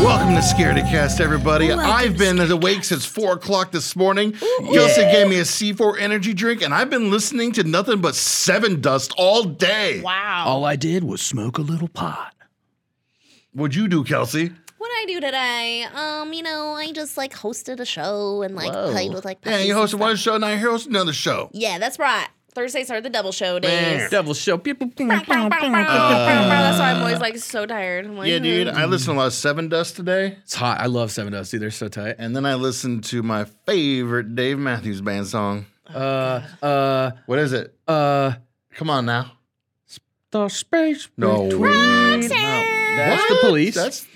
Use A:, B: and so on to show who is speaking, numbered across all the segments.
A: Welcome to Scaredy Cast, everybody.
B: Welcome
A: I've
B: to
A: been awake since four o'clock this morning. Kelsey gave me a C4 energy drink, and I've been listening to nothing but Seven Dust all day.
B: Wow.
C: All I did was smoke a little pot.
A: What'd you do, Kelsey?
B: What I do today? Um, you know, I just like hosted a show and like played with like
A: Yeah,
B: puppies
A: you
B: and
A: hosted
B: stuff.
A: one show, now you host another show.
B: Yeah, that's right. Thursdays are the double
A: Man.
B: show days.
C: Devil show. Pew, pew, pew, Uh, pew, pew, pew.
D: That's why I'm
C: Uh,
D: always like so tired. I'm like, "Hmm."
A: Yeah, dude, I listened to a lot of Seven Dust today,
C: It's hot. I love Seven Dusty. They're so tight.
A: and then I listened to my favorite Dave Matthews Band song.
D: Oh,
C: Uh, uh,
A: What is it?
C: uh,
A: Come on now.
C: the space.
A: No.
C: between- That's
A: What?
C: the police. That's,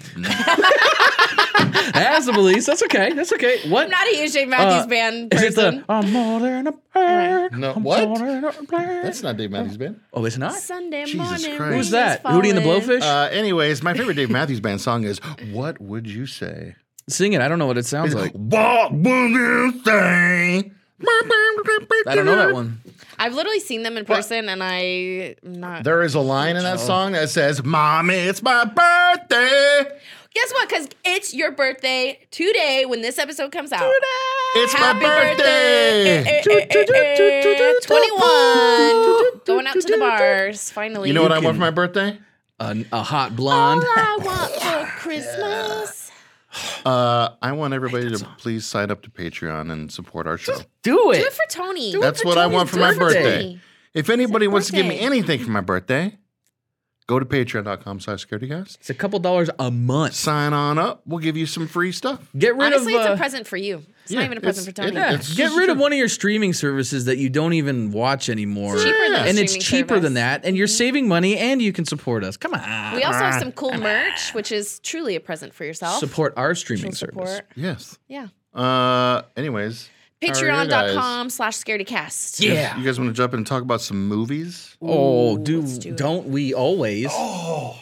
A: That's
C: the police. That's okay. That's okay. What?
D: I'm not a huge Dave Matthews
C: Uh,
D: band
C: Is it
D: person.
C: the I'm more than a bird?
A: No,
C: I'm
A: what?
C: more than a bird.
A: that's not Dave Matthews Band.
C: oh, it's not.
D: Sunday
A: Jesus
D: morning.
A: Christ.
D: rain
C: Who's
D: is
C: that? Hootie and the
D: falling.
C: Blowfish?
A: Uh, anyways, my favorite Dave Matthews Band song is "What Would You Say."
C: Sing it. I don't know what it sounds
A: It's
C: like.
A: "What Would You Say."
C: I don't know that one.
D: I've literally seen them in person, and I'm not.
A: There is a line in that
C: Oh.
A: song that says, "Mom, it's my birthday.
D: Guess what? Because it's your birthday today when this episode comes out.
A: It's
D: Happy
A: my birthday."
D: birthday! Eh, eh, eh, eh, eh, 21. Going out to the bars, finally.
A: You know what I
C: can-
A: want for my birthday?
C: A, a hot blonde.
D: All I want for Christmas.
A: Uh, I want everybody to please sign up to Patreon and support our show.
C: Do
D: Do
C: it.
D: it for Tony.
A: That's what I want for my
C: birthday.
A: birthday. If anybody wants to give me
D: birthday.
A: anything for my birthday, go to patreon.com slash scaredycast.
C: It's a couple dollars a month.
A: Sign on up. We'll give you some free stuff.
C: Get rid
D: Honestly,
C: of.
D: it's
C: uh,
D: a present for you. It's
A: yeah,
D: not even a present for
A: it's- it-
D: Tony.
C: yeah,
A: It's
C: get
A: just
C: rid of
A: true.
C: one of your streaming services that you don't even watch anymore.
D: cheaper than a
C: and it's
D: streaming
C: cheaper
D: service. Mm-hmm.
C: than that, and you're saving money, and you can support us. Come on,
D: We also have some cool merch, which is truly a present for yourself.
C: support our streaming
D: Social
C: service.
D: support.
A: Yes.
D: Yeah.
A: Uh, anyways,
D: Patreon.com slash scaredycast.
C: Yeah.
A: you guys want to jump in and talk about some movies?
C: Oh, do, not we always? Oh.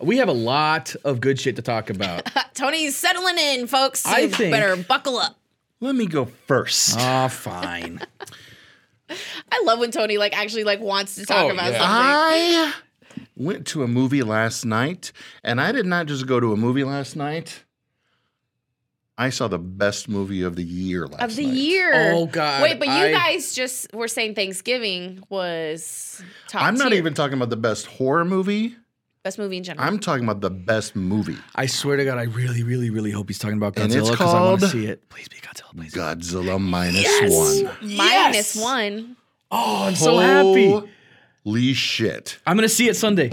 C: We have a lot of good shit to talk about.
D: Tony's settling in, folks.
C: I
D: you
C: think-
D: better buckle up.
A: Let me go first.
C: Ah, fine.
D: I love when Tony like actually like wants to talk
C: Oh,
D: about
C: yeah.
D: something.
A: I went to a movie last night, and I did not just go to a movie last night. I saw the best movie of the year last
D: of the
A: night.
D: year.
C: Oh, God,
D: Wait, but
C: I-
D: you guys just were saying Thanksgiving was top.
A: I'm not
D: tier.
A: even talking about the best horror movie.
D: best movie in general.
A: I'm talking about the best movie,
C: I swear to God, I really, really, really hope he's talking about
A: And it's
C: Godzilla because I want to
A: called-
C: see it. Please be Godzilla, please.
A: Godzilla minus one.
D: Minus one.
C: Oh, I'm so happy.
A: Holy shit!
C: I'm gonna see it Sunday.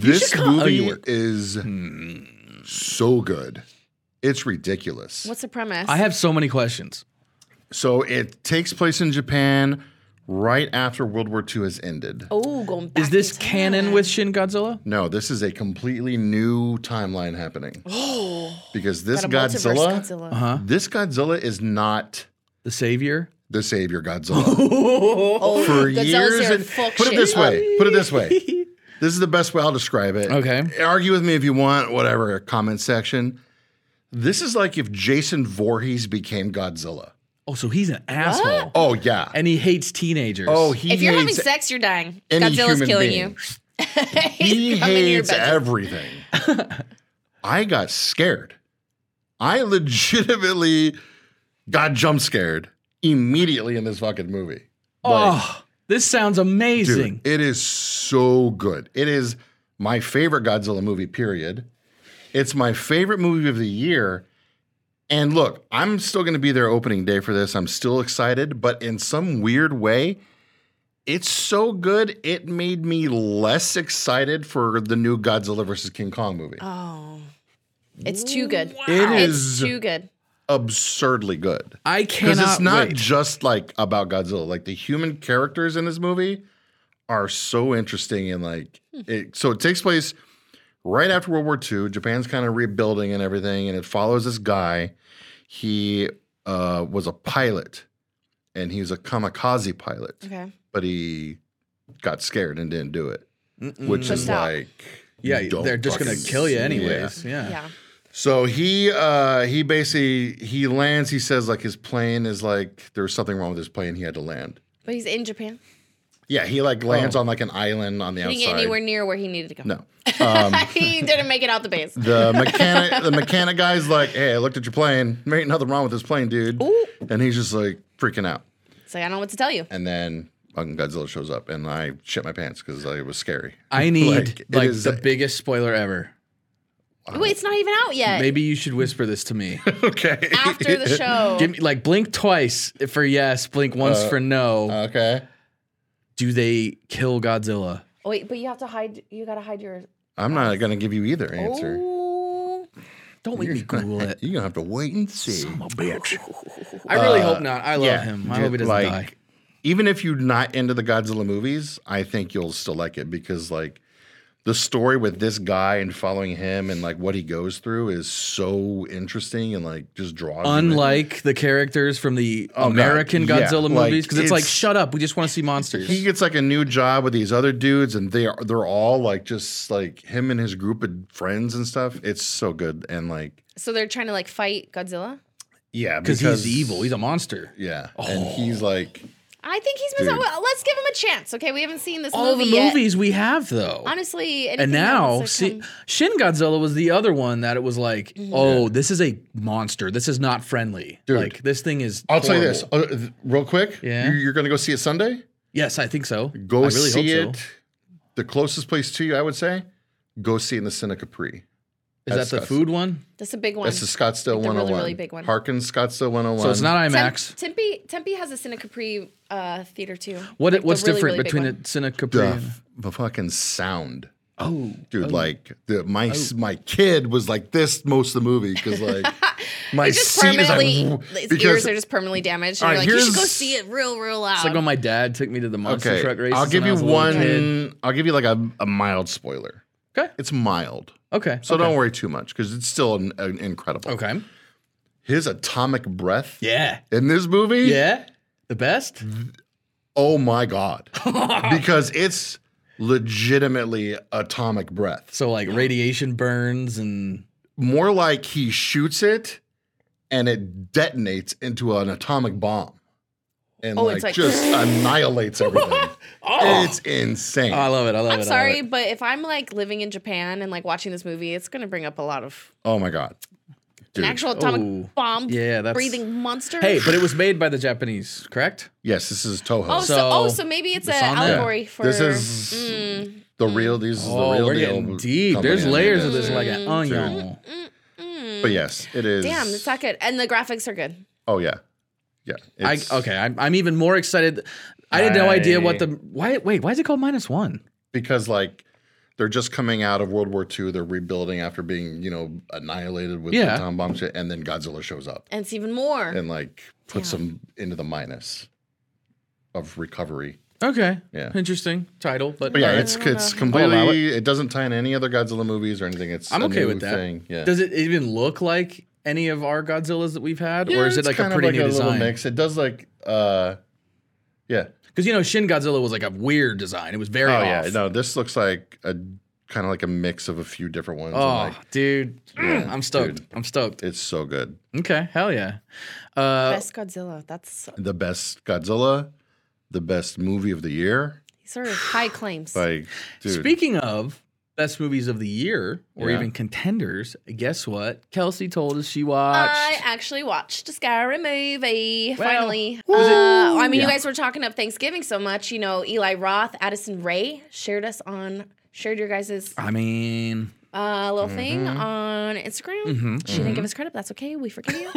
A: This
C: come- oh, you
A: movie
C: work.
A: is
C: Hmm.
A: so good. It's ridiculous.
D: What's the premise?
C: I have so many questions.
A: So it takes place in Japan right after World War II has ended.
D: oh, going back
C: Is this
D: in time.
C: canon with Shin Godzilla?
A: No, this is a completely new timeline happening. because this
D: Oh. Got a multiverse
A: Godzilla, Uh-huh.
D: Godzilla.
A: this Godzilla is not
C: The Savior?
A: the savior Godzilla.
D: Oh,
A: For
D: Godzilla's
A: years,
D: here,
A: and,
D: fuck
A: put it
D: shit
A: this
D: up.
A: way. Put it this way. This is the best way I'll describe it.
C: Okay.
A: Argue with me if you want. Whatever. Comment section. This is like if Jason Voorhees became Godzilla.
C: Oh, so he's an asshole.
A: Oh yeah.
C: And he hates teenagers.
A: oh, he
D: If you're having
A: hates
D: sex, you're dying.
A: any
D: Godzilla's
A: human
D: killing
A: being.
D: you.
A: he
D: He's coming to your
A: hates
D: bedroom.
A: everything. I got scared. I legitimately got jump scared immediately in this fucking movie.
C: Oh, this sounds amazing.
A: Dude, it is so good. It is my favorite Godzilla movie, period. It's my favorite movie of the year. And look, I'm still going to be there opening day for this. I'm still excited, but in some weird way, it's so good, it made me less excited for the new Godzilla versus King Kong movie.
D: Oh. It's too good.
A: It is
D: It's too good.
A: absurdly good.
C: I
A: Because
C: cannot
A: it's not
C: wait.
A: just like about Godzilla. Like the human characters in this movie are so interesting and like
D: Hmm.
A: it so it takes place right after World War II. Japan's kind of rebuilding and everything, and it follows this guy. He uh, was a pilot and he was a kamikaze pilot,
D: Okay.
A: but he got scared and didn't do it. Which is
D: Pushed Mm. out.
A: like
C: yeah,
A: don't
C: they're just gonna
A: fucking-
C: kill you
A: yeah.
C: anyways. Yeah.
D: Yeah.
A: So he uh he basically he lands, he says like his plane is like there was something wrong with his plane, he had to land.
D: But he's in Japan.
A: Yeah, he like lands on like an island on the
D: He didn't
A: outside.
D: get anywhere near where he needed to go.
A: No. um,
D: he didn't make it out the base.
A: The mechanic, the mechanic guy's like, "Hey, I looked at your plane. There ain't nothing wrong with this plane, dude."
D: Ooh.
A: And he's just like freaking out.
D: It's like I don't know what to tell you.
A: And then fucking Godzilla shows up, and I shit my pants because it was scary.
C: I need
A: Like,
C: like,
A: it is-
C: the biggest spoiler ever.
D: Wait, it's not even out yet.
C: Maybe you should whisper this to me.
A: okay.
D: After the show.
C: Give me like blink twice for yes, blink once
A: Uh,
C: for no.
A: Okay.
C: Do they kill Godzilla?
D: Oh, wait, but you have to hide. You gotta hide your. Oh.
A: I'm not gonna give you either answer.
D: Ooh.
C: Don't make me Google it.
A: You're gonna have to wait and see.
C: I really hope not. I love
A: yeah,
C: him. I hope he doesn't
A: Uh, like-
C: die.
A: Even if you're not into the Godzilla movies, I think you'll still like it because like the story with this guy and following him and like what he goes through is so interesting and like just draws. you in.
C: Unlike the characters from the
A: Oh, God,
C: American
A: yeah,
C: Godzilla
A: like,
C: movies, because it's, like,
A: it's-
C: shut up, we just want to see monsters.
A: he gets like a new job with these other dudes and they are they're all like just like him and his group of friends and stuff. It's so good and like
D: So they're trying to like fight Godzilla.
A: yeah,
C: because he's evil. Oh. He's a monster.
A: yeah, and he's like
D: I think he's missing.
A: Dude.
D: Well, let's give him a chance. Okay, we haven't seen this
C: All
D: movie
C: the
D: yet.
C: movies we have though.
D: Honestly,
C: and
D: anything
C: now,
D: else that
C: see,
D: come-
C: Shin Godzilla was the other one that it was like, oh, this is a monster. This is not friendly.
A: Dude.
C: Like this thing is.
A: I'll tell you
C: horrible.
A: this uh, th- real quick.
C: Yeah.
A: You- you're going to go see it Sunday.
C: Yes, I think so.
A: Go
C: I
A: see it. The closest place to you, I would say, go see it in the Cine Capri.
C: Is
A: That's
C: that the
A: us.
C: food one?
D: that's a big one.
A: That's the Scottsdale
D: Like the really,
A: 101.
D: really big one.
A: Harkins Scottsdale 101.
C: So it's not
D: Tem-
C: IMAX.
D: Tempe Tempe has a Cine Capri uh, theater too.
C: What
D: Like, the
C: what's
D: really,
C: different
D: really big
C: between a
D: one.
C: Cine Capri?
A: the,
C: and-
A: f- the fucking sound.
C: Oh,
A: Dude, like the, my s my kid was like this most of the movie because like my
D: It's just
A: seat is like
D: permanently.
A: because
D: his ears are just permanently damaged. And
A: All right,
D: you're like, you should
A: here's-
D: go see it real, real loud.
C: It's like when my dad took me to the monster
A: okay.
C: truck races.
A: I'll give
C: when I
A: you
C: was a little
A: one.
C: kid.
A: I'll give you like a, a mild spoiler.
C: Okay.
A: it's mild,
C: Okay.
A: so
C: okay.
A: don't worry too much because it's still an, an incredible.
C: Okay.
A: His atomic breath
C: Yeah.
A: in this movie.
D: Mm.
C: Yeah. The best.
A: Oh my god. because it's legitimately atomic breath.
C: So like radiation burns and
A: More like he shoots it and it detonates into an atomic bomb. And
D: Oh,
A: like,
D: it's like-
A: just annihilates everything.
C: oh,
A: It's insane.
C: I love it. I love it. I
D: I'm
C: love
D: sorry,
C: it.
D: but if I'm like living in Japan and like watching this movie, it's gonna bring up a lot of
A: oh my god. Dude.
D: an actual atomic
C: Oh.
D: bomb
C: Yeah, that's-
D: breathing monster.
C: Hey, but it was made by the Japanese, correct?
A: yes, this is Toho.
D: oh, so,
C: so-
D: oh, so maybe it's an
C: It's on there.
D: allegory for Mm.
A: this is the real these is the real
C: Oh, we're
A: deal.
C: getting deep.
A: company
C: There's
A: that made
C: layers of this
D: Mm.
A: Yeah.
C: like an onion.
A: But yes, it is.
D: damn, it's not good, and the graphics are good.
A: Oh yeah. Yeah.
C: I,
A: it's-
C: okay, I'm, I'm even more excited. I had no idea what the why. Wait, why is it called minus one?
A: because like they're just coming out of World War II, they're rebuilding after being you know annihilated with
C: Yeah.
A: the atom bomb shit, and then Godzilla shows up
D: And it's even more.
A: and like puts them into the minus of recovery.
C: Okay,
A: Yeah.
C: interesting title, but,
A: But yeah,
C: alright.
A: it's it's
C: I'll allow
A: completely it doesn't tie into any other Godzilla movies or anything. It's
C: I'm
A: a
C: okay
A: new
C: with that.
A: Thing. Yeah.
C: Does it even look like any of our Godzillas that we've had,
A: Yeah,
C: or is it
A: it's
C: like a
A: kind of
C: pretty
A: like a
C: new
A: little
C: design?
A: mix? It does like uh, yeah.
C: Because you know, Shin Godzilla was like a weird design. It was very
A: Oh
C: off.
A: yeah. No, this looks like a kind of like a mix of a few different ones. and,
C: Oh,
A: like,
C: dude, Mm, I'm stoked. I'm stoked.
A: it's so good.
C: Okay, hell yeah. Uh,
D: Best Godzilla. That's
A: The best Godzilla, the best movie of the year.
D: these are high claims.
A: Like, dude,
C: speaking of best movies of the year, or
A: Yeah.
C: even contenders, guess what? Kelsey told us she watched.
D: I actually watched a Skyrim movie.
C: Well,
D: finally, uh,
C: was it-
D: I mean,
C: Yeah.
D: you guys were talking up Thanksgiving so much. You know, Eli Roth, Addison Ray shared us on shared your guys'
C: I mean,
D: uh, little
C: Mm-hmm.
D: thing on Instagram.
C: Mhm.
D: She didn't give us credit. That's okay. We forgive you.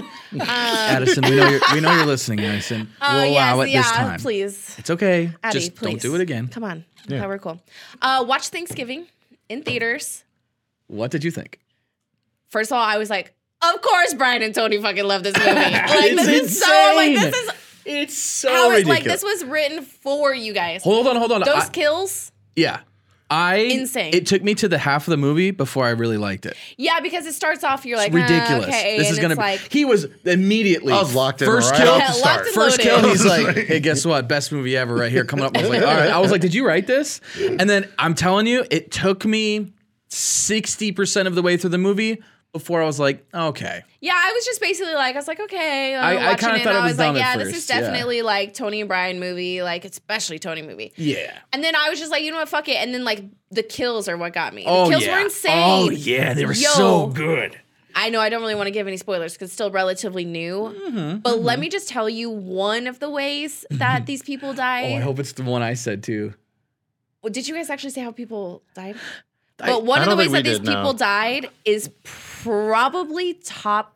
D: um,
C: Addison, we know you're, we know you're listening, Addison.
D: uh,
C: we'll allow
D: yes,
C: it
D: yeah,
C: this time.
D: please.
C: It's okay.
D: Addy,
C: Just don't
D: please
C: do it again.
D: Come on, that were cool. Uh, watch Thanksgiving in theaters.
C: What did you think?
D: First of all, I was like, of course, Brian and Tony fucking love this movie. Like this is so like this is
C: it's so
D: how it,
C: ridiculous.
D: like this was written for you guys.
C: hold on, hold on.
D: Those
C: I-
D: kills,
C: yeah. I
D: Insane.
C: It took me to the half of the movie before I really liked it.
D: yeah, because it starts off you're like
C: It's ridiculous.
D: "Ah, okay,
C: this
D: and
C: is gonna
D: it's
C: be.
D: like
C: he was immediately
A: I was locked in
C: First
A: right
C: kill,
A: off the
D: Yeah,
A: start.
D: locked in
C: First
D: Loaded.
C: kill, he's like, "Hey, guess what? Best movie ever, right here, coming up." I was like, "All right." I was like, "Did you write this?" And then I'm telling you, it took me sixty percent of the way through the movie before I was like, okay,
D: Yeah, I was just basically like, I was like, okay.
C: I- I
D: I,
C: kinda
D: kind of
C: thought it
D: I
C: was
D: was,
C: dumb
D: like,
C: at
D: yeah,
C: first,
D: this is
C: yeah.
D: definitely like Tony and Brian movie, like especially Tony movie.
C: yeah.
D: And then I was just like, you know what, fuck it. And then like the kills are what got me. The
C: Oh
D: kills
C: yeah.
D: were insane.
C: Oh yeah, they were
D: Yo.
C: so good.
D: I know I don't really want to give any spoilers because it's still relatively new.
A: Mm-hmm,
D: but let me just tell you one of the ways that these people
C: Oh, I
D: died.
C: hope it's the one I said too.
D: Well, Did you guys actually say how people died?
C: I-
D: but one
A: I
D: of the
A: don't
D: ways
A: think we
D: that these
A: did, no.
D: people died is probably top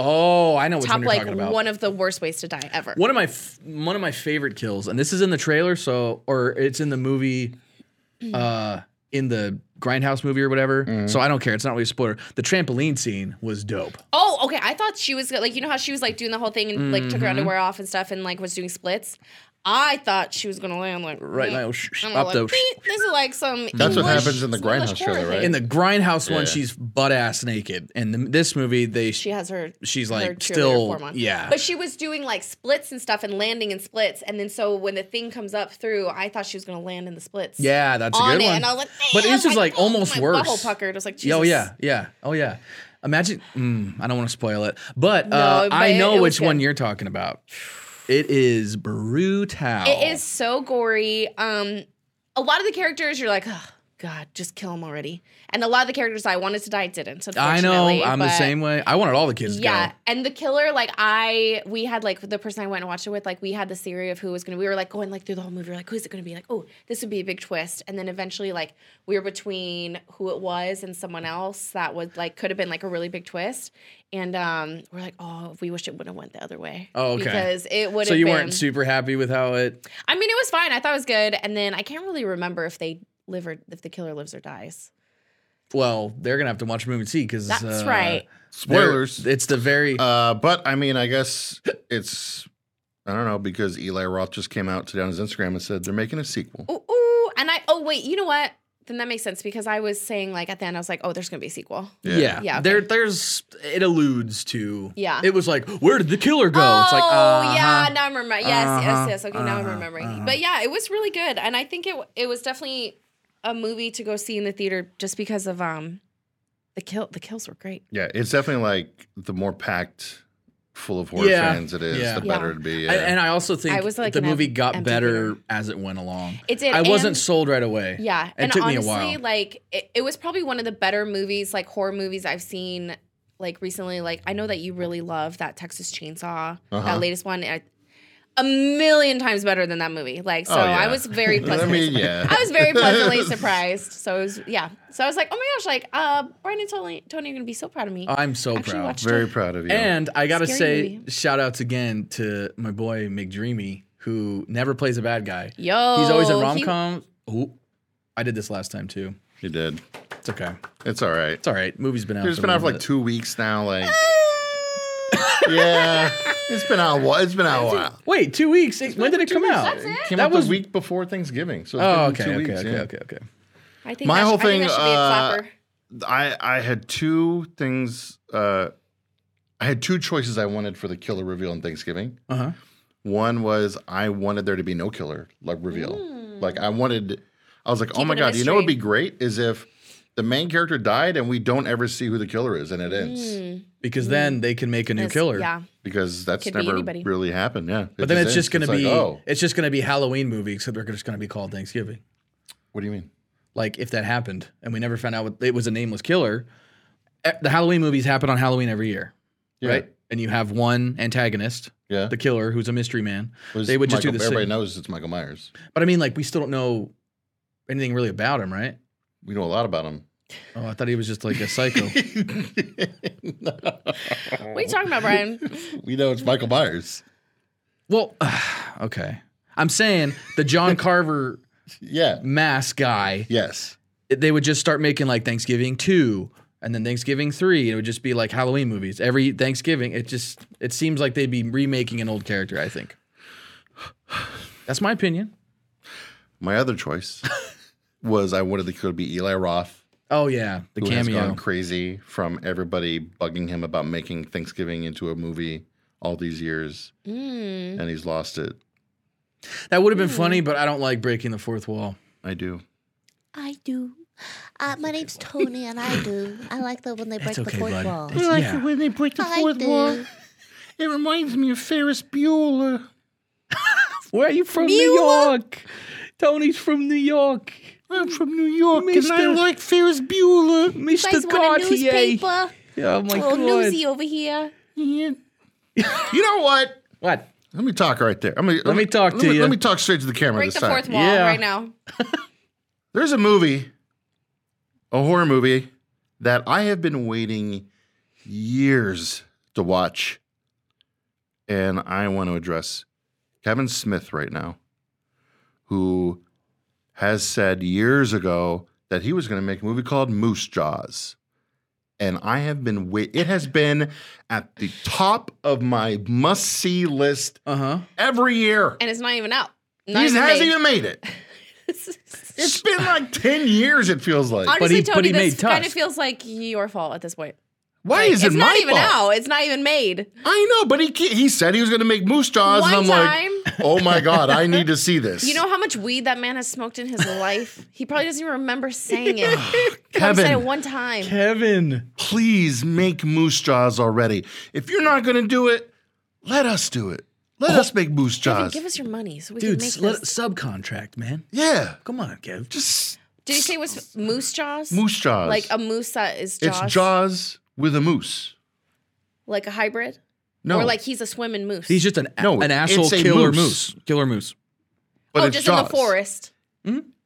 C: Oh, I know which one
D: top
C: you're
D: like
C: talking about.
D: one of the worst ways to die ever.
C: One of my f- one of my favorite kills, and this is in the trailer, so or it's in the movie, uh, in the Grindhouse movie or whatever. So I don't care. It's not really a spoiler. The trampoline scene was dope.
D: Oh, okay. I thought she was like, you know how she was like doing the whole thing and like
A: Mm-hmm.
D: took her underwear off and stuff and like was doing splits. I thought she was gonna land like
C: Right
D: mm.
C: now, sh- sh-
D: And I'm
C: up
D: like,
C: the
D: beep. this is like some.
A: That's what
D: English-
A: happens in the
D: some English
A: Grindhouse trailer,
D: horror
A: right?
D: thing.
C: in the Grindhouse one.
A: Yeah.
C: She's butt ass naked, and the, this movie they
D: she has her.
C: she's
D: her
C: like
D: cheerleader
C: still
D: form on.
C: yeah.
D: But she was doing like splits and stuff and landing in splits. And then so when the thing comes up through, I thought she was gonna land in the splits.
C: yeah, that's a
D: on
C: good
D: it,
C: one.
D: and I was like,
C: but
D: "Damn,"
C: this is like
D: oh,
C: almost
D: my
C: worse.
D: Bubble puckered. I was like, Jesus.
C: Oh yeah, yeah. Oh yeah. Imagine. Mm, I don't want to spoil it, but, uh,
D: No, but
C: I
D: it-
C: know
D: it was
C: which one
D: good.
C: you're talking about. It is brutal.
D: It is so gory. Um, a lot of the characters you're like, oh, God, just kill him already. And a lot of the characters I wanted to die didn't.
C: I know.
D: unfortunately,
C: I'm the
D: but-
C: same way. I wanted all the kids to
D: Yeah,
C: go.
D: and the killer, like I, we had like the person I went and watched it with, like we had this theory of who was gonna. We were like going like through the whole movie, we're like who's it gonna be? Like oh, this would be a big twist, and then eventually like we were between who it was and someone else that was like could have been like a really big twist, and um we're like oh we wish it would have went the other way.
C: Oh, okay.
D: because it would.
C: So you
D: been,
C: weren't super happy with how it.
D: I mean, it was fine. I thought it was good. And then I can't really remember if they live or if the killer lives or dies.
C: Well, they're gonna have to watch a movie and see because
D: That's right.
A: Spoilers.
C: It's the very.
A: Uh, but I mean, I guess it's I don't know because Eli Roth just came out today on his Instagram and said they're making a sequel.
C: Oh.
D: Ooh, ooh. And I, oh, wait, you know what? Then that makes sense because I was saying, like, at the end, I was like, oh, there's going to be a sequel.
C: yeah.
D: Yeah, okay.
C: There, there's. It alludes to.
D: Yeah.
C: It was like, where did the killer go?
D: Oh,
C: it's like,
D: yeah.
C: uh-huh.
D: Now I'm remembering. Yes,
C: Uh-huh,
D: yes, yes. Okay, now I'm remembering. But yeah, it was really good. And I think it it was definitely a movie to go see in the theater just because of um the kill the kills were great.
A: Yeah, it's definitely like the more packed, full of horror
C: Yeah.
A: fans it is,
C: Yeah.
A: the
D: Yeah.
A: better it'd be.
C: I-
A: yeah.
C: and I also think
D: I was, like,
C: the
D: an em-
C: movie got
D: empty
C: better
D: theater.
C: as it went along.
D: It did.
C: I wasn't
D: and-
C: sold right away.
D: Yeah,
C: It
D: and
C: took me a
D: honestly,
C: while.
D: like it, it was probably one of the better movies, like horror movies I've seen, like recently. Like I know that you really love that Texas Chainsaw,
A: Uh-huh.
D: that latest one, I- a million times better than that movie. Like so,
A: Oh, yeah.
D: I was very
A: I
D: pleasantly.
A: mean, yeah.
D: I was very pleasantly surprised. So it was, yeah. So I was like, oh my gosh, like uh, Brian and Tony, Tony are gonna be so proud of me.
C: I'm so
D: Actually
C: proud.
D: watched
A: very proud of you.
C: And I gotta
D: Scary
C: say,
D: movie.
C: shout outs again to my boy McDreamy, who never plays a bad guy.
D: Yo,
C: He's always in rom
D: Oh, he-
C: coms. Ooh, I did this last time too.
A: you did.
C: It's okay.
A: It's all right.
C: It's all right. Movie's been out.
A: It's
C: for
A: been
C: a
A: out for
C: little
A: like
C: bit.
A: two weeks now. Like, yeah, it's been out. a while. It's been out a while.
C: Wait, two weeks? when did it come out?
A: It came
C: That
A: out the
C: was-
A: week before Thanksgiving, so it's
C: Oh,
A: been
C: okay,
A: two
C: okay,
A: weeks.
C: okay,
A: yeah.
C: okay, okay.
D: I think
A: My
D: that
A: whole
D: should- I think
A: thing,
D: that should be a
A: uh,
D: clapper.
A: I I had two things. Uh, I had two choices I wanted for the killer reveal on Thanksgiving.
C: Uh huh.
A: One was I wanted there to be no killer like reveal. Like I wanted. I was like, oh
D: Hmm. Keep
A: my
D: it a
A: god, you know what'd be
D: mystery.
A: great is if the main character died and we don't ever see who the killer is and it ends
D: Hmm.
C: Because then they can make a new
D: Yes,
C: killer.
D: Mm. Yeah.
A: because that's
D: Could be
A: never
D: anybody.
A: really happened. Yeah,
C: But then it's just gonna be
A: oh,
C: it's just gonna be Halloween movie, except they're just gonna be called Thanksgiving.
A: what do you mean?
C: Like if that happened and we never found out what, it was a nameless killer, eh, the Halloween movies happen on Halloween every year,
A: Yeah.
C: right? And you have one antagonist,
A: Yeah,
C: the killer, who's a mystery man.
A: It was
C: they would just do
A: Michael-
C: the
A: Everybody
C: same.
A: knows it's Michael Myers.
C: But I mean, like we still don't know anything really about him, right?
A: We know a lot about him.
C: Oh, I thought he was just like a psycho.
D: What are you talking about, Brian?
A: we know it's Michael Myers.
C: well, okay. I'm saying the John Carver
A: Yeah.
C: mask guy.
A: Yes.
C: They would just start making like Thanksgiving two, and then Thanksgiving three, and it would just be like Halloween movies every Thanksgiving. It just it seems like they'd be remaking an old character. I think. That's my opinion.
A: My other choice was I wanted the killer to be Eli Roth,
C: Oh yeah, the
A: who has
C: cameo.
A: gone crazy from everybody bugging him about making Thanksgiving into a movie all these years,
D: Mm.
A: and he's lost it.
B: Hmm.
C: That would have been funny, but I don't like breaking the fourth wall.
A: I do.
B: I do. Uh, my name's Tony, and I do. I like the when they break
C: It's
B: the
C: okay,
B: fourth
C: bud.
B: wall.
C: It's- yeah.
A: when they break the
B: I do.
A: It reminds me of Ferris Bueller.
C: Where are you from? New York. Tony's from New York.
A: I'm from New York,
C: Mister-
A: like Ferris Bueller.
C: Mr.
B: You guys want a
C: Cartier.
B: newspaper?
C: eh? Oh my
D: Little
C: god.
D: newsy over here.
A: Yeah. you know what?
C: What?
A: Let me talk right there. I'm gonna, let,
C: me talk
A: let
C: to you.
A: Let me talk straight to the camera
D: Break
A: this
D: the
A: time.
D: fourth wall
C: Yeah.
D: right now.
A: There's a movie, a horror movie, that I have been waiting years to watch. And I want to address Kevin Smith right now, who has said years ago that he was going to make a movie called Moose Jaws. And I have been wait. It has been at the top of my must see list
C: Uh huh.
A: every year.
D: And it's not even out. Not
A: He hasn't
D: made.
A: even made it. It's been like 10 years, it feels like.
D: Honestly,
C: But he-
D: Tony,
C: but he made
D: this kind of
C: Tusk.
D: feels like your fault at this point.
A: Why is
D: it's
A: it
D: not
A: my
D: even
A: fault?
D: out. It's not even made.
A: I know, but he can't- he said he was going to make Moose Jaws,
D: One
A: and I'm
D: time,
A: like, oh my god, I need to see this.
D: you know how much weed that man has smoked in his life? He probably doesn't even remember saying it. He probably said it
A: Kevin,
D: one time.
C: Kevin.
A: please make Moose Jaws already. If you're not going to do it, let us do it. Let us make Moose
D: Kevin,
A: Jaws.
D: give us your money so we
C: Dude,
D: can make
C: s- let,
D: this.
C: subcontract, man.
A: yeah,
C: Come on, Kev.
A: just
D: Did he say it was moose jaws?
A: Moose Jaws.
D: Like a moose that is
A: it's
D: jaws.
A: Jaws with a moose.
D: Like a hybrid?
A: No,
D: Or like he's a swimming moose?
C: He's just an a-
A: No,
C: an
A: it's
C: asshole
A: a
C: killer
A: moose.
C: moose. Killer moose.
A: but
D: oh,
A: it's
D: just
A: Jaws.
D: in the forest.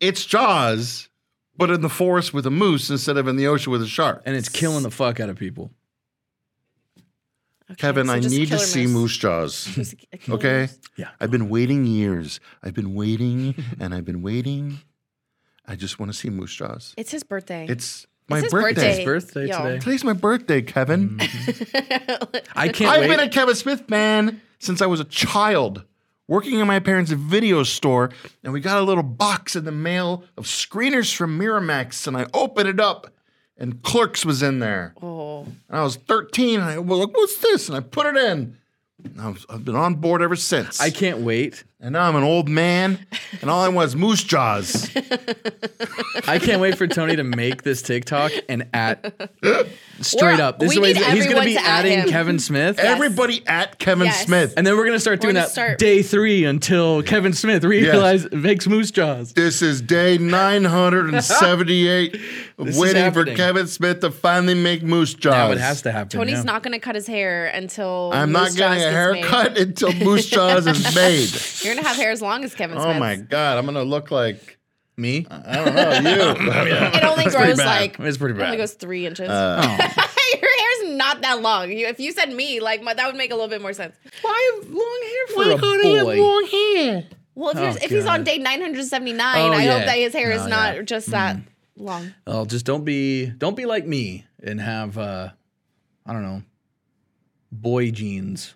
A: It's Jaws, but in the forest with a moose instead of in the ocean with a shark.
C: And it's killing the fuck out of people.
A: Kevin,
D: so
A: I
D: just
A: need to
D: killer
A: see
D: moose.
A: Moose Jaws.
D: He's a- a killer
A: Okay.
D: moose.
C: Yeah.
A: I've been waiting years. I've been waiting and I've been waiting. I just want to see Moose Jaws.
D: It's his birthday.
A: It's my
D: his
A: birthday.
D: birthday.
C: Birthday
D: Yo.
C: today.
A: Today's my birthday, Kevin.
C: I can't
A: I've
C: wait.
A: been a Kevin Smith fan since I was a child, working in my parents' video store, and we got a little box in the mail of screeners from Miramax, and I opened it up, and Clerks was in there.
D: oh.
A: And I was 13, and I was like, what's this? And I put it in. And I was, I've been on board ever since.
C: I can't wait.
A: and now I'm an old man, and all I want is Moose Jaws.
C: I can't wait for Tony to make this TikTok and at straight
D: We're-
C: up. This
D: we
C: is what
D: need
C: he's, he's
D: everyone
C: gonna be
D: to add
C: adding
D: him.
C: Kevin Smith.
A: Everybody at Kevin
D: Yes.
A: Smith.
C: And then we're gonna start doing
D: gonna
C: that
D: start-
C: day three until Kevin Smith realizes makes moose jaws.
A: This is day 978 waiting
C: is
A: for
C: happening.
A: Kevin Smith to finally make Moose Jaws.
C: Now it has to happen.
D: Tony's
C: yeah.
D: not going to cut his hair until.
A: I'm
D: moose
A: not getting
D: jaws
A: a
D: gets made.
A: haircut until Moose Jaws is made.
D: You're going to have hair as long as Kevin
A: Oh
D: Smith's.
A: my God, I'm going to look like,
C: me.
A: I don't know, you.
D: It only
C: pretty
D: grows
C: bad.
D: like
C: It's pretty
D: It
C: bad.
D: only goes three inches.
A: Uh,
C: Oh.
D: Your hair's not that long. You, if you said me, like my, that would make a little bit more sense.
C: Why have long hair for a boy?
D: Well, if,
C: Oh,
D: you're, if he's on
C: God.
D: day 979,
C: Oh,
D: I
C: yeah.
D: hope that his hair is
C: No,
D: not
C: yeah. Mm.
D: just that long.
C: Oh, just don't be don't be like me and have uh I don't know boy jeans.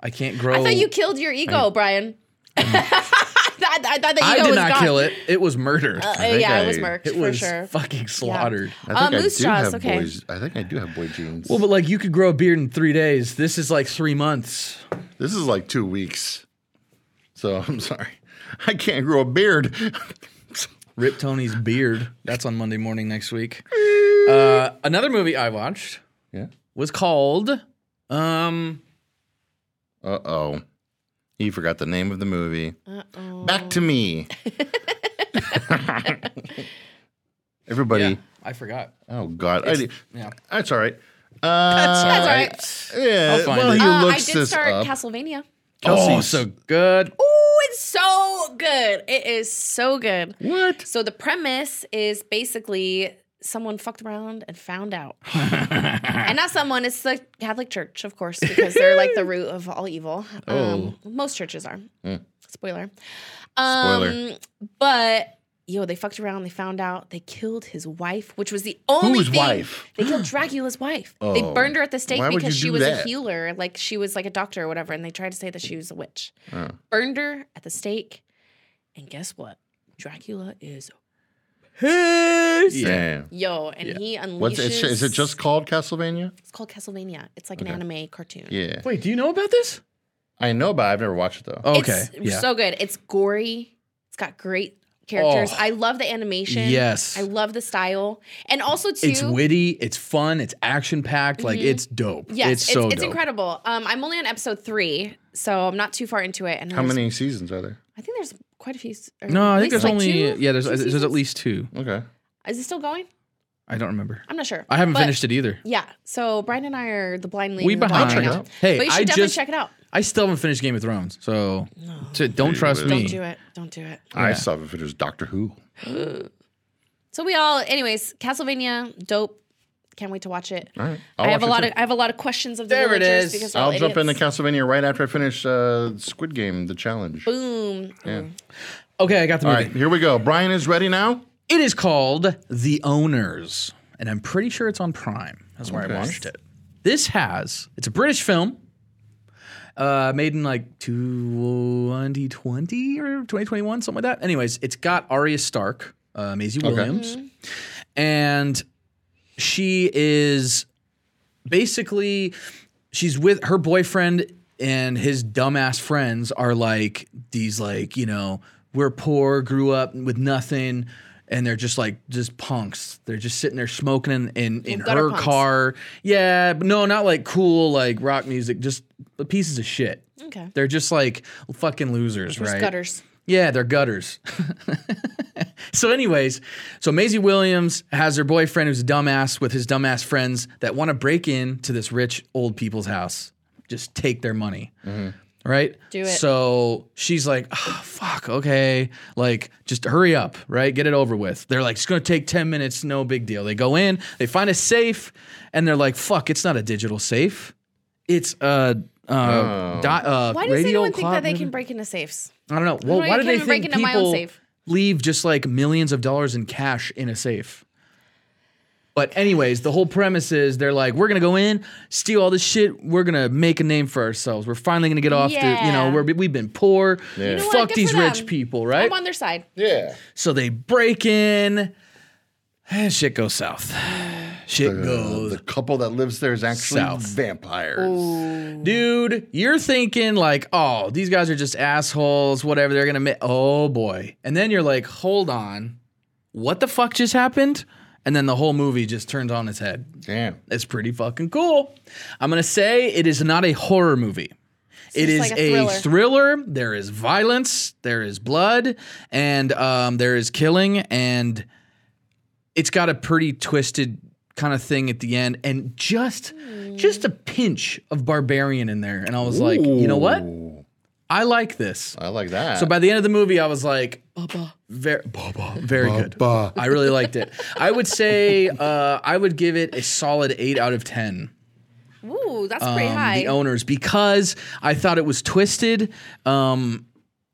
C: I can't grow.
D: I thought you killed your ego, Brian. I, thought- I thought the ego
C: Mm. I did
D: was
C: not
D: gone.
C: kill it. It was murdered.
D: Uh,
A: think
D: yeah,
A: I-
D: it was murked
C: it
D: for
C: was
D: sure.
C: fucking slaughtered.
A: I think
D: Uh,
A: I
D: Moose
A: do
D: Jaws,
A: have
D: okay.
A: boys. I think I do have boy jeans.
C: Well, but like you could grow a beard in three days. This is like three months.
A: this is like two weeks. So I'm sorry. I can't grow a beard.
C: Rip Tony's beard. That's on Monday morning next week. Uh, another movie I watched
A: yeah.
C: was called um
A: Uh oh. He forgot the name of the movie. Back
D: Oh.
A: to me. Everybody.
C: yeah, I forgot.
A: Oh God. I, di-
C: Yeah.
A: that's all right. Uh,
D: That's
C: right.
D: all right.
A: Yeah.
C: I'll find
A: Well,
C: it.
A: he
D: Uh, I
A: looks
D: did
A: this
D: start
A: up.
D: Castlevania.
C: Oh, so good.
D: Oh, it's so good. It is so good.
A: what?
D: So the premise is basically someone fucked around and found out. and not someone, it's the Catholic Church, of course, because they're like the root of all evil.
A: Oh.
D: Um, Most churches are. Spoiler. Um,
A: Mm. Spoiler.
D: But. Yo, they fucked around. They found out. They killed his wife, which was the only
A: Whose
D: thing.
A: wife?
D: They killed Dracula's wife. They
A: Oh.
D: burned her at the stake
A: Why would
D: because
A: you
D: she
A: do
D: was a
A: that?
D: healer, like she was like a doctor or whatever, and they tried to say that she was a witch. Burned her at the stake, and guess what? Dracula is
A: Yeah.
D: yo, and he unleashes.
A: What's it, is it just called Castlevania?
D: It's called Castlevania. It's like an anime cartoon.
A: Yeah.
C: Wait, do you know about this?
D: Oh,
A: I know, but I've never watched it though.
C: Okay.
D: It's so good. It's gory. It's got great characters.
C: Oh.
D: I love the animation.
C: Yes.
D: I love the style. And also too
C: It's witty, it's fun, it's action packed. Like it's dope.
D: Mm-hmm. Yes,
C: it's,
D: it's,
C: so
D: it's,
C: dope.
D: incredible. Um, I'm only on episode three, so I'm not too far into it. And
A: How
D: there's-
A: many seasons are there?
D: I think there's quite a few. s- or
C: No,
D: at
C: I think
D: least,
C: there's
D: like,
C: only
D: two-
C: yeah. There's uh,
D: two
C: there's at
D: seasons?
C: least two.
A: Okay.
D: Is it still going?
C: I don't remember.
D: I'm not sure.
C: I haven't
D: But-
C: finished it either.
D: Yeah. So Brian and I are the blind leading.
C: We
D: the
C: behind.
D: blind
A: check it
D: now.
A: out.
C: Hey,
D: but you should
C: I
D: definitely
C: just
D: check it out.
C: I still haven't finished Game of Thrones, so so don't trust
A: Don't
C: me.
D: Don't do it. Don't do it.
A: I
C: Yeah.
A: saw if it was Doctor Who.
D: So we all, anyways, Castlevania, dope. Can't wait to watch it.
A: All right.
D: I have a
A: watch it
D: lot
A: too.
D: of I have a lot of questions of the
C: There it
D: villagers
C: is.
D: because we're all
A: I'll jump into
D: idiots.
A: Castlevania right after I finish uh, Squid Game, the challenge.
D: boom.
A: Yeah.
C: Okay, I got the
A: All
C: movie.
A: right, here we go. Brian is ready now.
C: It is called The Owners, and I'm pretty sure it's on Prime. That's where
A: Okay.
C: I watched it. This has it's a British film, uh, made in like 2020 or 2021, something like that. Anyways, it's got Arya Stark, uh, Maisie Williams, and she is basically she's with her boyfriend and his dumbass friends are like these like you know we're poor grew up with nothing and they're just like just punks they're just sitting there smoking in in, in
D: gutter
C: her
D: punks.
C: car yeah but no not like cool like rock music just pieces of shit
D: Okay.
C: they're just like fucking losers
D: There's
C: right
D: gutters.
C: yeah, they're gutters. so, anyways, so Maisie Williams has her boyfriend who's a dumbass with his dumbass friends that want to break in to this rich old people's house, just take their money. Right?
D: Do it.
C: So she's like, oh, fuck, okay. Like, just hurry up, right? Get it over with. They're like, it's gonna take 10 minutes, no big deal. They go in, they find a safe, and they're like, fuck, it's not a digital safe. It's a uh, di- uh,
D: Why does
C: radio
D: anyone think
C: clock-
D: that they can break into safes?
C: I don't know. Well,
D: know,
C: why
D: I
C: do
D: can't
C: they
D: even break
C: think
D: into my own
C: people
D: safe.
C: leave just like millions of dollars in cash in a safe? But anyways, the whole premise is they're like, we're gonna go in, steal all this shit. We're gonna make a name for ourselves. We're finally gonna get off the, you know,
D: Yeah.
C: we're, we've been poor.
A: You know
D: what?
C: Fuck
D: Good
C: these
D: for
C: rich
D: them.
C: people, right?
D: I'm on their side.
A: Yeah.
C: so they break in, and shit goes south. Shit
A: Uh,
C: goes
A: The couple that lives there is actually
C: South.
A: vampires.
C: Dude, you're thinking like, oh, these guys are just assholes, whatever. They're gonna make. Oh boy, and then you're like, hold on, what the fuck just happened? And then the whole movie just turns on its head.
A: Damn.
C: It's pretty fucking cool. I'm gonna say it is not a horror movie. it is
D: just like
C: a,
D: a
C: thriller. There is violence. There is blood, and um, there is killing, and it's got a pretty twisted kind of thing at the end, and just just a pinch of barbarian in there. And I was like, you know what?
A: Ooh,
C: I like this.
A: I like that.
C: So by the end of the movie, I was like, Baba, very, Baba, very good.
A: Bah.
C: I really liked it. I would say uh, I would give it a solid eight out of ten.
D: Ooh, that's pretty
C: um,
D: high.
C: The owners because I thought it was twisted. Um,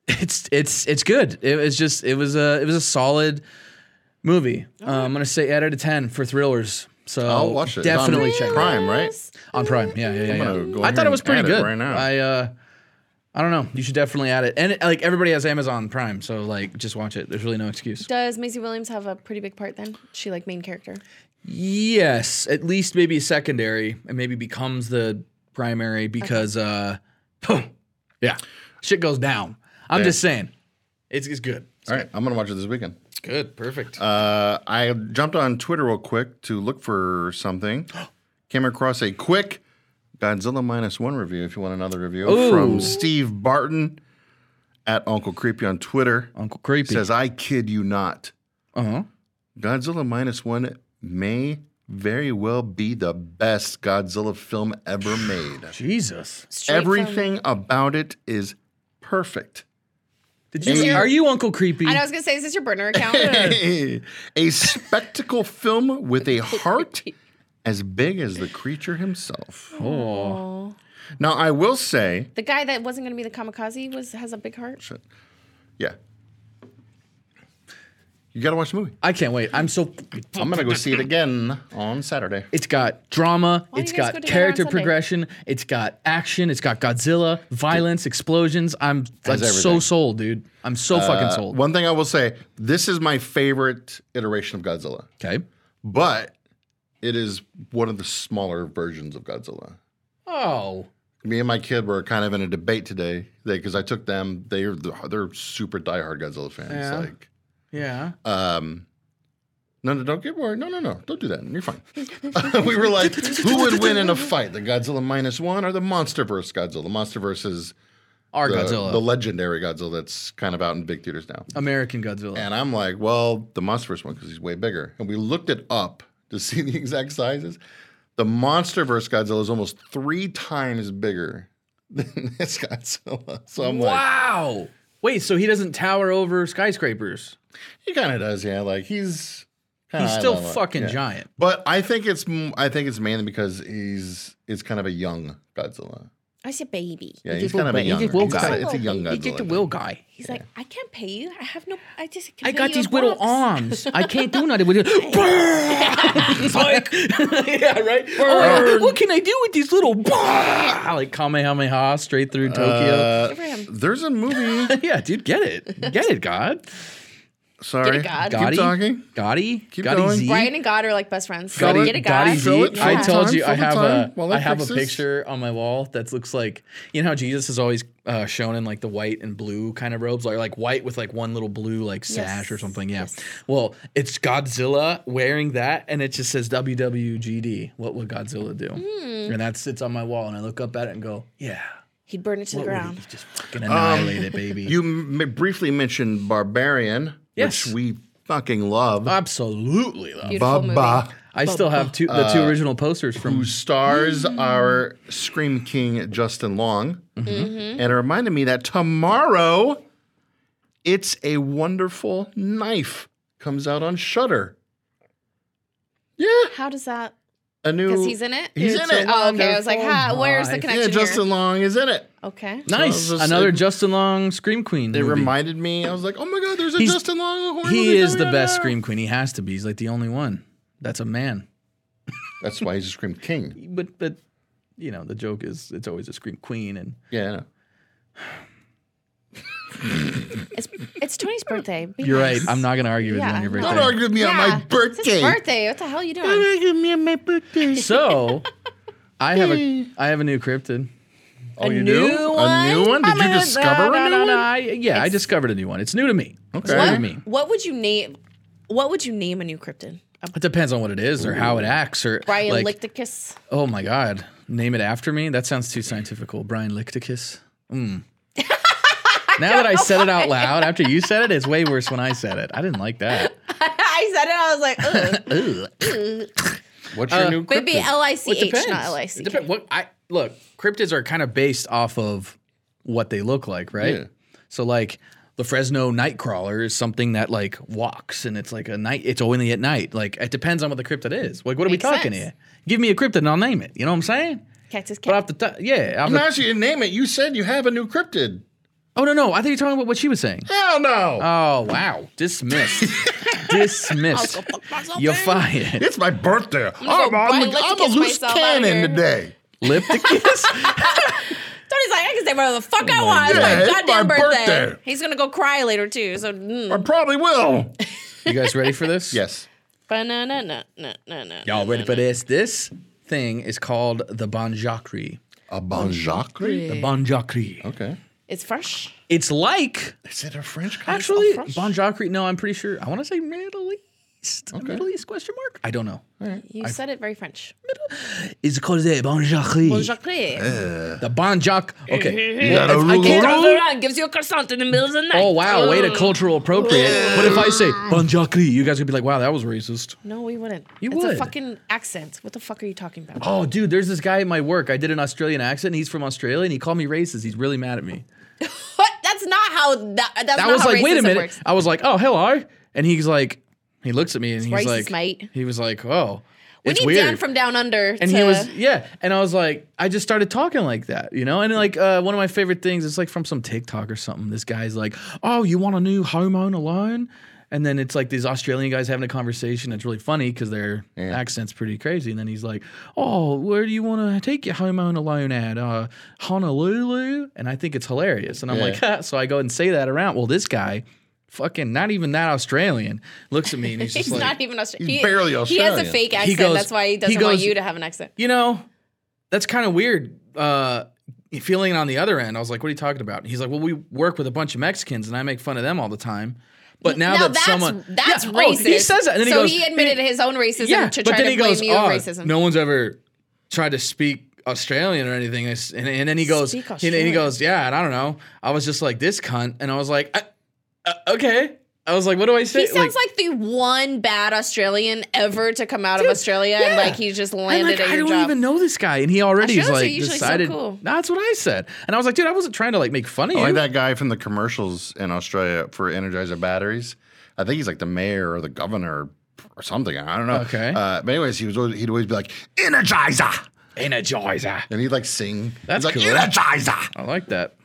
C: it's it's it's good. It was just it was a it was a solid movie. Uh, I'm gonna say eight out of ten for thrillers. So
A: I'll watch it. It's on
C: Definitely check it out.
A: Prime, right?
C: on Prime. Yeah, yeah, yeah.
A: gonna
C: yeah.
A: go
C: I
A: in
C: thought
A: here
C: it was
A: and
C: pretty
A: add it
C: good.
A: right now.
C: I uh, I don't know. You should definitely add it. And it, like everybody has Amazon Prime, so like just watch it. There's really no excuse.
D: Does Maisie Williams have a pretty big part then? She like main character.
C: Yes, at least maybe secondary and maybe becomes the primary because uh boom. Yeah. Shit goes down. I'm
A: Yeah.
C: just saying. It's it's good.
A: All right, I'm gonna watch it this weekend.
C: It's good. Perfect.
A: Uh, I jumped on Twitter real quick to look for something. Came across a quick Godzilla minus one review. If you want another review from Steve Barton at Uncle Creepy on Twitter,
C: Uncle Creepy.
A: says, "I kid you not,
C: uh-huh.
A: Godzilla minus one may very well be the best Godzilla film ever made.
C: Jesus.
D: Straight from-
A: Everything about it is perfect."
C: Did you are you Uncle Creepy?
D: I know, I was gonna say, is this your burner account?
A: a spectacle film with a heart as big as the creature himself.
C: Oh.
A: Now, I will say,
D: the guy that wasn't gonna be the kamikaze was has a big heart.
A: yeah, you got to watch the movie.
C: I can't wait. I'm so
A: I'm gonna go see it again on Saturday.
C: It's got drama.
D: do
C: it's
D: you guys
C: got
D: go together on
C: character
D: Sunday?
C: progression. It's got action. It's got Godzilla, violence, explosions. I'm, I'm so
A: everything. Uh,
C: sold, dude. I'm so fucking sold.
A: One thing I will say: this is my favorite iteration of Godzilla,
C: Okay.
A: but it is one of the smaller versions of Godzilla.
C: Oh.
A: Me and my kid were kind of in a debate today because I took them. They're they're super diehard Godzilla fans.
C: Yeah.
A: Like
C: Yeah.
A: Um, no, no, don't get worried. No, no, no, don't do that. You're fine. we were like, who would win in a fight, the Godzilla minus one or the MonsterVerse Godzilla? The MonsterVerse is
C: Our
A: the,
C: Godzilla.
A: the legendary Godzilla that's kind of out in big theaters now.
C: American Godzilla.
A: And I'm like, well, the MonsterVerse one because he's way bigger. And we looked it up to see the exact sizes. The MonsterVerse Godzilla is almost three times bigger than this Godzilla. So I'm like,
C: wow. Wait, so he doesn't tower over skyscrapers.
A: he kind of does, yeah. Like he's kinda
C: He's
A: high
C: still
A: level.
C: fucking
A: Yeah.
C: giant.
A: But I think it's m- I think it's mainly because he's it's kind of a young Godzilla.
B: I said baby.
A: Yeah,
C: He
A: he's
C: just
A: kind of a
C: will- he
A: young.
C: just will
A: he's kinda-
C: guy.
A: It's a young Godzilla.
C: He get the will guy.
D: He's like, I can't pay you. I have no. I just. Can
C: I
D: pay
C: got
D: you
C: these
D: in
C: little
D: bucks."
C: arms. I can't do nothing with it. Psych. yeah, right. Oh, what can I do with these little? like Kamehameha straight through Tokyo.
A: Uh,
D: Good for him.
A: there's a movie.
C: yeah, dude, get it, get it, God.
A: Sorry,
D: God.
A: keep
C: Gotti?
A: talking.
C: Gotti,
A: Keep
C: Gotti
A: going.
C: Z.
D: Brian and God are like best friends.
A: Got it.
D: Get a
A: Got
D: guy.
A: it. Fill it, fill
C: I
A: it.
C: told you
A: Fill
C: I
A: the
C: have
A: time
C: a
A: while
C: I
A: that
C: have a
A: fixes.
C: picture on my wall that looks like you know how Jesus is always uh, shown in like the white and blue kind of robes, like like white with like one little blue like sash or something. Yeah. Well, it's Godzilla wearing that, and it just says WWGD. What would Godzilla do?
D: Hmm.
C: And that sits on my wall, and I look up at it and go, Yeah,
D: He'd burn it to the
C: what would
D: ground.
C: he just fucking annihilate it, baby.
A: Um, You m- briefly mentioned Barbarian,
C: Yes.
A: which we fucking love.
C: absolutely love.
D: Beautiful movie.
A: Baba,
C: I still have two the
A: Uh,
C: two original posters from.
A: who stars our Scream King Justin Long, and
D: Mm-hmm.
A: it reminded me that tomorrow, it's a wonderful knife comes out on Shutter. Yeah,
D: Mm-hmm. How does that?
A: a new
D: Because he's in it.
A: He's
D: It's
A: in
D: a-
A: it.
D: Oh, okay. I was like, ha, where's the
C: Wonderful
A: yeah,
D: connection
A: Justin
D: here?
A: Long is in it.
D: Okay.
C: Nice,
A: So it was just-
C: another
A: it-
C: Justin Long Scream Queen.
A: It
C: movie.
A: reminded me. I was like, oh my god, there's a
C: He's-
A: Justin Long horror
C: He
A: movie
C: is the
A: coming out
C: best
A: now.
C: scream queen. He has to be. He's like the only one. That's a man.
A: That's why he's a Scream King.
C: But but you know the joke is it's always a scream queen and
A: Yeah. I know.
D: It's it's Tony's birthday. Be
C: you're right.
D: nice.
C: I'm not gonna argue with you
D: Yeah.
C: on your
D: Don't
A: Don't
C: birthday.
A: argue with me on my
D: Yeah, It's his
A: birthday.
D: birthday. What the hell are you doing?
A: argue with me on my birthday.
C: So I have a I have a new cryptid.
A: Oh,
D: A
A: you
D: new
A: do? A new
D: one?
A: one? Did
D: I'm
A: you
D: gonna-
A: discover
D: no,
A: a new
D: no,
A: one?
D: no.
C: I, yeah, I discovered a new one. It's new to me. It's
A: Okay.
C: new
A: What?
C: to me.
D: Uh, What would you name? What would you name a new cryptid? A
C: It depends on what it is or how it acts or
D: Brian
C: like,
D: Licticus.
C: Oh my god. Name it after me? That sounds too scientifical. Brian Licticus. Mm. now that I said it out loud after you said it, it's way worse when I said it. I didn't like that.
D: I said it. I was like, ugh.
A: What's your new
D: But it'd be
A: cryptid?
D: L I C
C: It
D: H,
C: depends.
D: not L I C
C: It
D: K.
C: depends. What I look, cryptids are kind of based off of what they look like, right?
A: Yeah.
C: So like the Fresno Nightcrawler is something that like walks and it's like a night. It's only at night. Like it depends on what the cryptid is. Like what are
D: Makes
C: we talking
D: sense.
C: here? Give me a cryptid and I'll name it. You know what I'm saying?
D: Cactus
C: But
D: cat.
C: off the top, yeah. off
A: I'm
C: the-
A: not asking you to name it. You said you have a new cryptid.
C: oh no, no. I think you're talking about what she was saying.
A: Hell no.
D: Uh,
C: Oh wow, dismissed, dismissed. You're fired.
A: it's my birthday. I'm,
D: why
A: I'm, a,
D: let's
A: I'm a
D: kiss
A: loose
D: myself out of here.
A: cannon today.
C: Lipticus.
D: Tony's like, I can say whatever the fuck
C: Oh
D: I want. It's
A: Yeah,
D: my
A: it's
D: goddamn
A: my
D: birthday.
A: birthday.
D: He's gonna go cry later too. So mm.
A: I probably will.
C: you guys ready for this?
A: yes.
D: banana, no, no, no, no.
C: Y'all ready for this? This thing is called the Banjakri.
A: A bonjacre?
C: The Banjakri.
A: Okay.
D: It's fresh.
C: It's like
A: Is it a French kind?
C: actually Banjakri. No, I'm pretty sure. I want to say Middle East. Middle East question mark? I don't know.
D: You said it very French.
C: It's called the Banjakri.
D: Bon Jacques.
C: The Banjak. Okay.
A: Is that a rule?
D: Kid on the run gives you a croissant in the middle of the night.
C: Oh wow, way to cultural appropriate. But if I say Banjakri, you guys would be like, wow, that was racist.
D: No, we wouldn't.
C: You
D: it's
C: would.
D: a fucking accent. What the fuck are you talking about?
C: Oh, dude, there's this guy at my work. I did an Australian accent. And he's from Australia, and he called me racist. He's really mad at me.
D: What? That's not how that. That's
C: I
D: not
C: was
D: how
C: like, wait a
D: racism
C: minute.
D: works.
C: I was like, oh, hello. And he's like, he looks at me and he's
D: racist,
C: like,
D: mate.
C: he was like, oh,
D: We
C: it's
D: need
C: weird.
D: Dan from down under.
C: and
D: to,
C: he was, yeah. And I was like, I just started talking like that, you know? And like, uh, one of my favorite things is like from some TikTok or something. This guy's like, oh, you want a new homeowner loan? And then it's like these Australian guys having a conversation. It's really funny because their accent's pretty crazy. And then he's like, "Oh, where do you want to take your homeowner loan at? Uh, Honolulu?" And I think it's hilarious. And I'm
A: Yeah.
C: like, so I go and say that around. Well, this guy, fucking not even that Australialian, looks at me and he's just
D: He's
C: like,
D: not even Australian.
A: he's barely
D: He has
A: Australian.
D: a fake
A: He
D: accent.
C: goes-
D: that's why
C: he
D: he doesn't want
C: goes-
D: you to have an accent.
C: you know, that's kind of weird. Uh, feeling it on the other end, I was like, what are you talking about? And he's like, well, we work with a bunch of Mexicans and I make fun of them all the time. But now,
D: now
C: that
D: that's
C: someone
D: that's
C: yeah, oh,
D: racist.
C: he says that, and then
D: so
C: he goes,
D: admitted his own racism
C: yeah,
D: to
C: but
D: try
C: then
D: to
C: he
D: blame
C: goes,
D: you
C: "Oh,
D: of racism.
C: no one's ever tried to speak Australian or anything." And, and then he goes,
D: Speak
C: and then he
D: Australian.
C: goes, "Yeah, and I don't know. I was just like this cunt," and I was like, I, uh, "Okay." I was like, "What do I say?"
D: He sounds like, the one bad Australian ever to come out of Australia, and
C: yeah.
D: like he just
C: I'm
D: landed
C: like,
D: at
C: I
D: your
C: don't
D: job.
C: even know this guy, and he already is
D: Australians are
C: like
D: usually so
C: decided.
D: cool.
C: Nah, that's what I said, and I was like, "Dude, I wasn't trying to like make fun of
A: I
C: you."
A: like that guy from the commercials in Australia for Energizer batteries. I think he's like the mayor or the governor or something. I don't know.
C: Okay.
A: Uh, but anyways, he was always, he'd always be like Energizer,
C: Energizer.
A: and he'd like sing.
C: That's
A: he's
C: cool.
A: like Energizer.
C: I like that.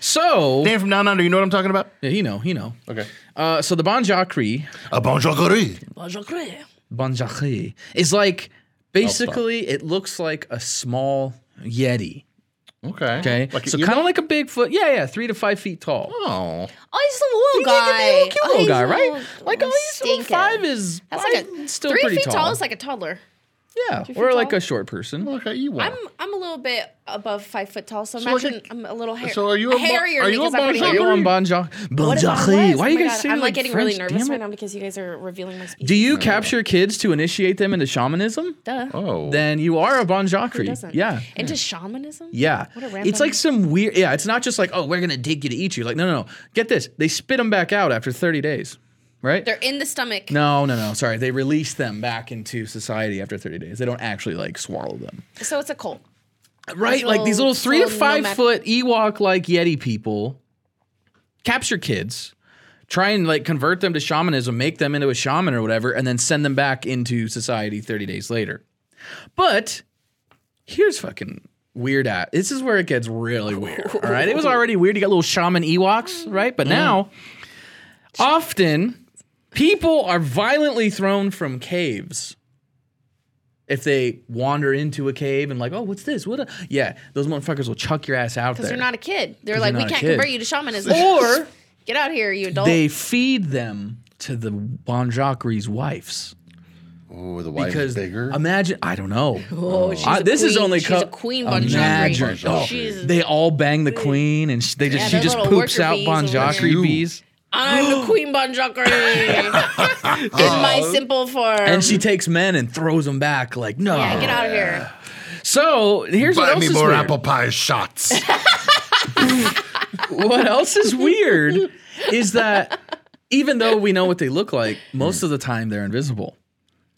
C: So
A: Dan from Down Under, you know what I'm talking about?
C: yeah, he know, he know.
A: Okay.
C: Uh, so the Banjakri,
A: A bonjour.
C: Banjakri is like basically
A: Oh,
C: it looks like a small yeti.
A: Okay.
C: Okay,
A: Like
C: so
A: an
C: kind of like a Bigfoot. Yeah, yeah, three to five feet tall.
A: Oh,
B: Oh, he's a little guy.
C: He's a little cute
B: Oh,
C: little
B: he's
C: guy,
B: a
C: right?
B: little-
C: like, oh, he's little
B: stinker.
C: five is
D: That's
C: five,
D: like a
C: still
D: three
C: pretty
D: feet
C: tall.
D: tall. is like a toddler.
C: yeah,
D: feet
C: or like
D: tall.
C: a short person.
A: look at you. One.
D: I'm I'm a little bit above five foot tall, so,
A: So like
D: imagine
A: a-
D: I'm a little hair.
A: so are you a bo-
D: hairier
A: are you
D: because
A: a
D: I'm pretty
A: bonjour
C: Are you
D: hair.
C: on Banjak? Banjakri? Why are you
D: Oh my
C: guys
D: God,
C: saying
D: I'm like getting
C: French?
D: really nervous
C: Damn
D: right
C: it.
D: now because you guys are revealing my speech.
C: Do you capture kids to initiate them into shamanism?
D: Duh.
A: Oh,
C: Then you are a
D: Who
C: Banjakri.
D: doesn't?
C: Yeah.
D: Into shamanism?
C: Yeah.
D: What a
C: it's
D: random-
C: like some weird. Yeah, it's not just like, oh, we're going to dig you to eat you. Like, no, no, no. Get this. They spit them back out after 30 days, right?
D: They're in the stomach.
C: no, no, no. Sorry. They release them back into society after 30 days. They don't actually like swallow them.
D: So it's a cult.
C: Right? like these
D: little-
C: little three to
D: little
C: five
D: nomad-
C: foot Ewok like Yeti people capture kids, try and like convert them to shamanism, make them into a shaman or whatever, and then send them back into society 30 days later. But here's fucking weird at this is where it gets really weird. All right. It was already weird. You got little shaman Ewoks, right? But now often people are violently thrown from caves if they wander into a cave and like, oh, what's this? What? A-? Yeah, those motherfuckers will chuck your ass out
D: Because
C: there.
D: you're not a kid. They're
C: 'Cause
D: like,
C: you're
D: we
C: not a
D: can't
C: kid.
D: convert you to shamanism.
C: or
D: Get out here, you adult.
C: they feed them to the Bonjakri's wives
A: oh, the wife
C: because
A: is bigger.
C: imagine I don't know.
D: oh, she's
C: I-
D: a
C: this is
D: queen.
C: only
D: she's
C: co-
D: a queen
C: Imagine.
D: Bonjour.
A: Oh.
D: She's
C: They all bang the queen, and sh they just
D: Yeah,
C: she
D: those
C: just
D: little
C: poops
D: worker
C: out
D: bees over
C: Bonjakri
A: there.
C: bees,
D: I'm the queen Bonjour in my simple form.
C: Oh. and she takes men and throws them back like no.
D: yeah, get out of here.
C: So here's what
A: Buy
C: else
A: me
C: is
A: more
C: weird.
A: apple pie shots.
C: what else is weird is that even though we know what they look like, most of the time they're invisible.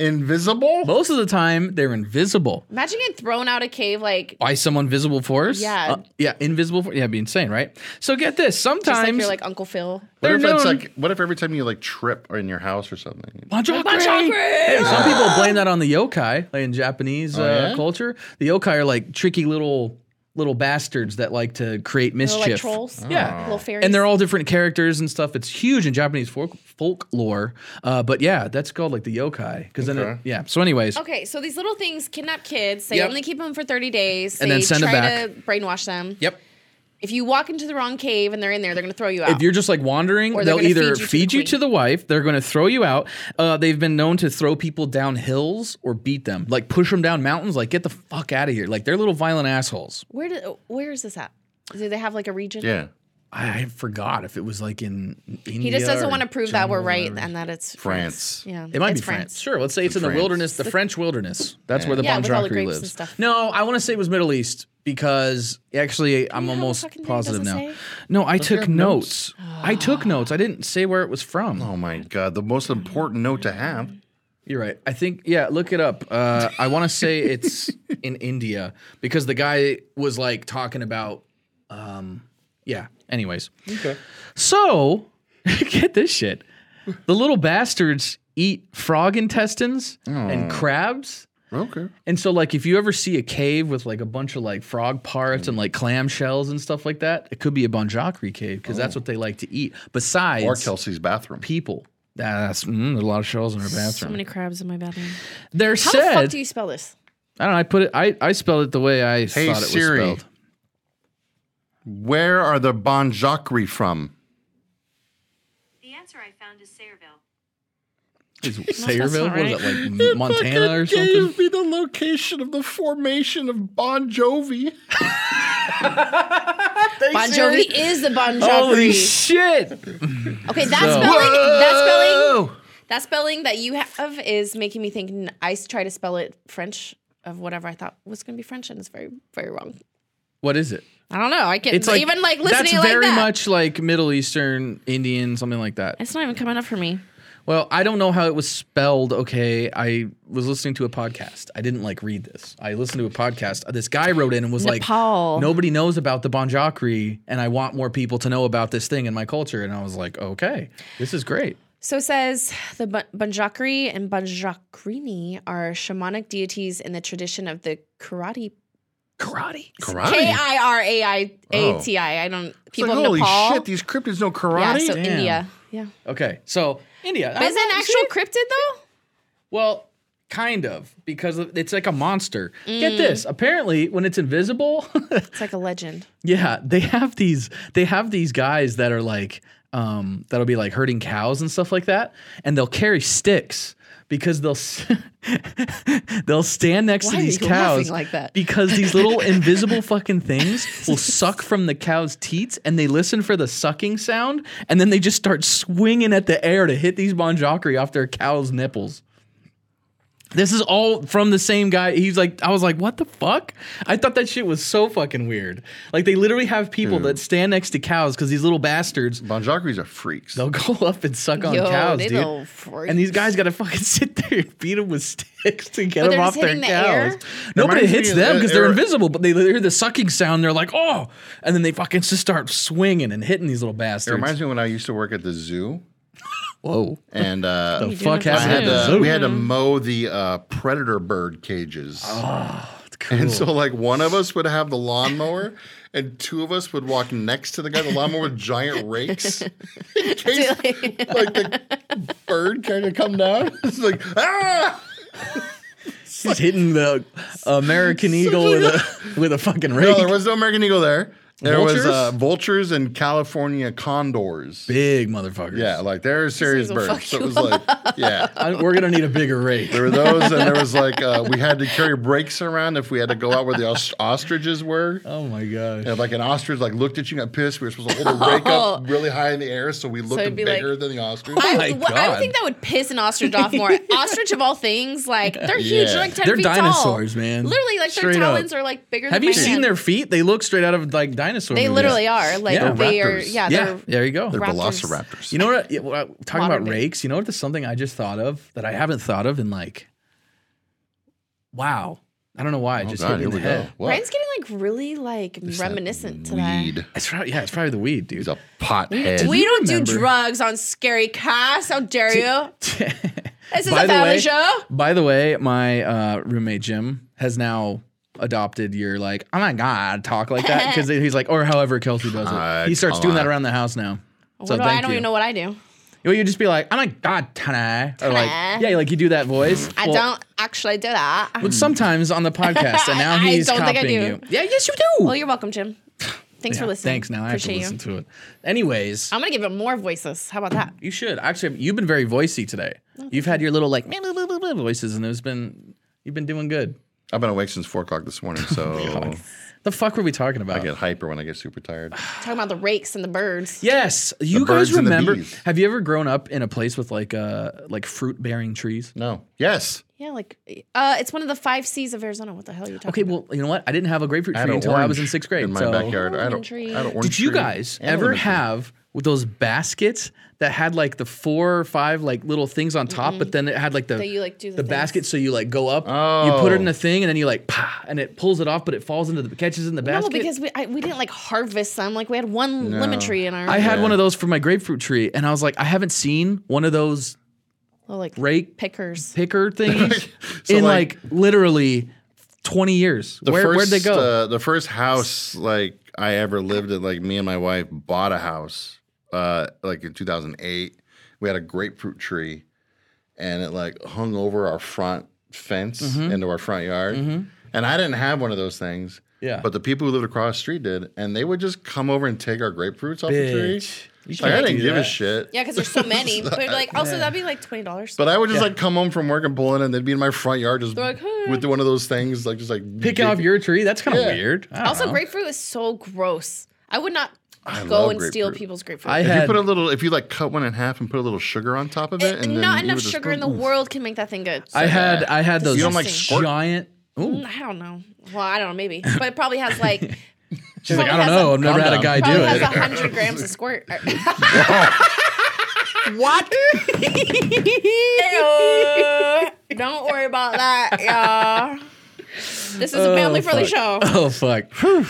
A: Invisible.
C: Most of the time they're invisible.
D: Imagine getting thrown out of cave like
C: By someone visible force?
D: Yeah.
C: Uh, yeah, invisible force. Yeah, it'd be insane, right? So get this.
D: just like
C: Sometimes
D: you're like Uncle Phil.
A: What
C: they're
A: if it's
C: known-
A: like? What if every time you like trip or in your house or something?
C: Bonjour,
D: Bonjour.
C: Hey,
D: Ah.
C: some people blame that on the yokai, like in Japanese uh,
A: Oh, yeah?
C: culture. The yokai are like tricky little little bastards that like to create
D: They're
C: mischief.
D: like trolls.
C: Yeah.
D: Little fairies.
C: Oh. and they're all different characters and stuff. It's huge in Japanese folk folklore. Uh, but yeah, that's called like the yokai because then it,
A: Okay.
C: yeah. So anyways,
D: Okay, so these little things kidnap kids. They
C: Yep.
D: only keep them for 30 days.
C: And
D: they
C: then send 'em
D: try
C: back.
D: to brainwash them.
C: yep.
D: If you walk into the wrong cave and they're in there, they're going to throw you out.
C: If you're just like wandering,
D: Or
C: they'll
D: they're gonna
C: either
D: feed you to
C: feed
D: the
C: you
D: queen.
C: to the wife, they're going to throw you out. Uh, they've been known to throw people down hills or beat them, like push them down mountains, like get the fuck out of here. Like they're little violent assholes.
D: where do, where is this at? Do they have like a region?
A: Yeah,
C: I, I forgot if it was like in India.
D: He just doesn't
C: or
D: want to prove that we're
C: jungle or
D: right
C: whatever.
D: and that it's
A: E France.
D: Yeah,
C: It might
D: it's
C: be France. Sure, let's say it's, in the
A: France.
C: wilderness, the French wilderness. That's where the yeah,
D: Yeah, with all the
C: Bonjour
D: grapes and
C: lives.
D: stuff.
C: No, I want to say it was Middle East because actually I'm
D: you have a
C: almost
D: fucking thing?
C: positive
D: Does
C: now.
D: it say?
C: No, I
A: you
C: took
A: have
C: notes. I took notes. I didn't say where it was from.
A: Oh my god, the most important note to have.
C: You're right. I think yeah. Look it up. Uh, I want to say it's in India because the guy was like talking about. Um, yeah. Anyways. Okay. So get this shit. The little bastards eat frog intestines and crabs.
A: Okay.
C: And so, like, if you ever see a cave with like a bunch of like frog parts and like clam shells and stuff like that, it could be a Bonjakri cave because that's what they like to eat. Besides,
A: Or Kelsey's bathroom.
C: people. That's mm, there's a lot of shells in her
D: So
C: bathroom.
D: many crabs in my bathroom.
C: They're
D: How
C: said.
D: the fuck do you spell this?
C: I don't know. I put it. I, I spelled it the way I
A: Hey,
C: thought it
A: Siri.
C: was spelled.
A: Where are the Bonjakri from?
E: The answer I found is Sayreville.
C: Is
D: that's
C: Sayreville?
D: not
C: What is that like Montana or something?
A: me the location of the formation of Bon Jovi.
D: Bon Jovi is the Bon
C: Holy
D: Jovi.
C: shit!
D: Okay, that
C: So-
D: spelling, that spelling,
A: Oh,
D: that spelling that you have is making me think. n- I s- try to spell it French of whatever I thought was going to be French, and it's very, very wrong.
C: What is it?
D: I don't know. I can't even like
C: that's
D: listening like
C: very
D: that.
C: much like Middle Eastern, Indian, something like that.
D: It's not even coming up for me.
C: Well, I don't know how it was spelled. Okay, I was listening to a podcast. I didn't like read this. I listened to a podcast. This guy wrote in and was
D: Nepal.
C: like, "Nobody knows about the Bonjakri, and I want more people to know about this thing in my culture." And I was like, "Okay, this is great."
D: So it says the Ban- Banjakri and Banjakrini are shamanic deities in the tradition of the karate. Karate.
A: Karate?
D: K I R A I A
A: Oh.
D: T I. I don't.
A: It's
D: People
A: like,
D: of
A: holy
D: Nepal.
A: shit, these cryptids know
D: yeah,
A: karate.
D: so
C: Damn.
D: India. Yeah.
C: Okay, so India
D: But
C: I'm
D: is it
C: not-
D: an actual cryptid though?
C: Well, kind of because of- it's like a monster.
D: Mm.
C: Get this. Apparently, when it's invisible,
D: It's like a legend.
C: yeah, they have these they have these guys that are like um that'll be like herding cows and stuff like that and they'll carry sticks because they'll s- they'll stand next
D: Why
C: to
D: are
C: these
D: you
C: cows
D: laughing like that?
C: because these little invisible fucking things will suck from the cow's teats and they listen for the sucking sound and then they just start swinging at the air to hit these bonjakri off their cow's nipples. This is all from the same guy. He's like, I was like, what the fuck? I thought that shit was so fucking weird. Like they literally have people
A: Hmm.
C: that stand next to cows because these little bastards
A: Bonjakris are freaks.
C: they'll go up and suck on
D: Yo,
C: cows,
D: they
C: dude.
D: little freaks.
C: And these guys gotta fucking sit there and beat them with sticks to get them
D: But they're
C: off
D: just
C: their
D: hitting the
C: cows.
D: air?
C: No, but
A: Reminds
C: it
A: me
C: hits
A: of
C: them
A: the
C: because they're
A: era-
C: invisible. But they hear the sucking sound. They're like, oh, and then they fucking just start swinging and hitting these little
A: It
C: bastards.
A: reminds me when I used to work at the zoo,
C: Whoa,
A: and uh,
C: the fuck
A: I
C: happened
A: had
C: at the
A: to,
C: zoo?
A: we had to
D: Mm-hmm.
A: mow the uh, predator bird cages.
C: Oh,
A: And so, like, one of us would have the lawnmower, and two of us would walk next to the guy, with the lawnmower with giant rakes, in case like the bird kind of come down. It's like ah,
C: He's hitting the American eagle with a with a fucking rake.
A: no, Oh, there was no American eagle there. There
C: Vultures?
A: was uh, vultures and California condors.
C: Big motherfuckers.
A: Yeah, like they're serious
D: things will
A: birds.
D: fuck
A: So it
D: you
A: was like, yeah.
C: I- we're gonna need a bigger rake.
A: There were those, and there was like uh, we had to carry brakes around if we had to go out where the os- ostriches were.
C: Oh my gosh.
A: And if, like an ostrich, like looked at you and got pissed, we were supposed to hold the rake up really high in the air so we looked
D: Oh. it'd be
A: bigger
D: like-
A: than the ostrich.
D: I,
C: Oh my
D: w- I would
C: God.
D: think that would piss an ostrich off more. ostrich of all things, like they're huge. They're
A: Yeah.
D: like 10
C: They're
D: feet tall.
C: dinosaurs, man.
D: Literally, like
C: Straight
D: their
C: up.
D: talons are like bigger
C: Have
D: than
C: you
D: my
C: seen
D: hand.
C: their feet? They look straight out of like dinosaur.
D: They
C: movies.
D: literally are. Like
C: Yeah.
D: they are.
A: Raptors.
D: Yeah,
C: Yeah.
D: they're
C: There you go.
A: They're
D: Raptors.
A: velociraptors.
C: You know what? yeah, well, talking
D: Modern
C: about
D: day.
C: rakes. You know what? There's something I just thought of that I haven't thought of in like. Wow. I don't know
A: Oh,
C: why. It just hit me in the head.
A: What?
D: Ryan's getting like really like reminiscent today.
A: Weed.
C: It's probably, yeah, it's probably the weed, dude.
A: He's a pothead.
D: We
C: you
D: don't do
C: remember-
D: drugs on Scary Cast. How dare you? This is a
C: way,
D: family show.
C: By the way, my uh, roommate Jim has now adopted your like, oh my god, talk like that because he's like, or however Kelsey does it.
A: Ah,
C: He starts
A: come
C: doing that
A: on.
C: around the house now. So
D: What do I,
C: thank
D: I don't
C: you.
D: even know what I do.
C: Well, you just be like, oh my god, tana, or like,
D: Ta-da.
C: yeah, like you do that voice.
D: I
C: Well,
D: don't actually do that.
C: But sometimes on the podcast, and now
D: I
C: he's
D: don't think I
C: copying
D: do.
C: you. Yeah, yes, you do.
D: Well, you're welcome, Jim. Thanks
C: Yeah,
D: for listening.
C: Thanks. Now I have to
D: Appreciate
C: listen
D: you.
C: to it. Anyways,
D: I'm gonna give him more voices. How about that?
C: you should actually. You've been very voicey today. You've had your little like voices, and it's been you've been doing good.
A: I've been awake since four o'clock this morning,
D: Oh,
A: so
C: The fuck were we talking about?
A: I get hyper when I get super tired.
D: Talking about the rakes and the birds.
C: Yes, you guys
A: birds and the
C: remember?
A: bees.
C: Have you ever grown up in a place with like uh like fruit bearing trees?
A: No. Yes.
D: Yeah, like uh, it's one of the five C's of Arizona. What the hell are you talking?
C: Okay, well, you know what? I didn't have a grapefruit
A: had
C: tree
A: an
C: until I was in
A: orange
C: sixth grade.
A: In my
C: so-
A: backyard. I had, a,
D: Orange tree.
A: I had an orange
C: Did you
A: tree
C: guys
A: and a
C: ever
A: lemon tree.
C: have with those baskets that had like the four or five like little things on top, but then it had like the
D: That you, like, do the
C: the
D: things.
C: basket so you like go up, you put it in
A: Oh.
C: a thing, and then you like pa, and it pulls it off, but it falls into the catches in the
D: No,
C: basket.
D: because we I, we didn't like harvest them. Like we had one lemon tree in our
C: I had one of those for my grapefruit tree, and I was like, I haven't seen one of those
D: little, like
C: rake
D: pickers.
C: picker things
A: So,
C: in like,
A: like-
C: literally 20 years.
A: The
C: Where,
A: first,
C: where'd they go?
A: Uh, the first house like I ever lived in, like me and my wife bought a house, uh, like in 2008. We had a grapefruit tree, and it like hung over our front fence
C: Mm-hmm.
A: into our front yard. And I didn't have one of those things.
C: Yeah.
A: But the people who lived across the street did, and they would just come over and take our grapefruits off the
C: Bitch. You
A: tree. Like, I
C: can't
A: didn't
C: do
A: give a
C: that.
A: shit.
D: Yeah, because there's so many. But like, also that'd be like twenty dollars.
A: But I would just like come home from work and pull in, and they'd be in my front yard just
D: like, "Huh."
A: with one of those things, like just like
C: Picking off
A: digging-
C: your tree? That's kind of
A: Yeah.
C: weird. I don't
D: also,
C: know.
D: grapefruit is so gross. I would not
A: I
D: go
A: love
D: and steal
A: grapefruit.
D: people's grapefruit.
C: I
A: If you
C: had
A: put a little, if you like cut one in half and put a little sugar on top of it,
D: It-
A: and then
D: not
A: you
D: enough
A: would just
D: sugar
A: go,
D: in the
A: "Ooh."
D: world can make that thing good.
C: I had I had those
D: You don't like
A: squirt?
C: giant. Ooh,
D: I don't know. Well, I don't know. Maybe, but it probably has like
C: she's like I
D: Probably
C: don't
D: has
C: know.
D: a-
C: I've never had a Calm guy
D: probably
C: do
D: has
C: it.
D: hundred grams of squirt.
C: What?
D: Ew. Don't worry about that, y'all. This is a family friendly show.
C: Oh fuck! Whew.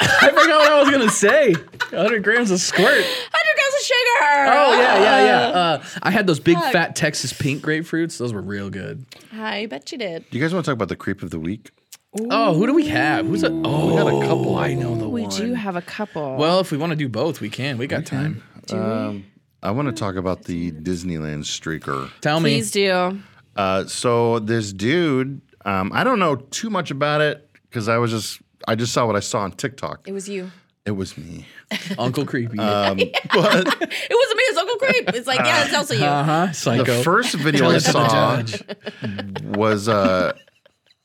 C: I forgot what I was gonna say. 100 grams of squirt.
D: 100 grams of sugar.
C: Oh yeah, yeah, yeah. Uh, I had those big
D: Ah. Fuck.
C: fat Texas pink grapefruits. Those were real good.
D: I bet you did.
A: Do you guys want to talk about the creep of the week?
C: Oh, who do we have? Who's a? Oh, we got a couple. I know the
D: We
C: one.
D: do have a couple.
C: Well, if we want to do both, we can. We got time.
A: Um, I want
D: Hmm,
A: to talk about the Disneyland streaker.
C: Tell me.
D: please do.
A: Uh, so this dude, um, I don't know too much about it because I was just I just saw what I saw on TikTok.
D: It was you.
A: It was me.
C: Uncle Creepy.
A: Um, But
D: It wasn't me. It's Uncle Creep. It's like, yeah, it's also you.
C: Uh huh.
A: the
C: Psycho.
A: first video I saw was uh,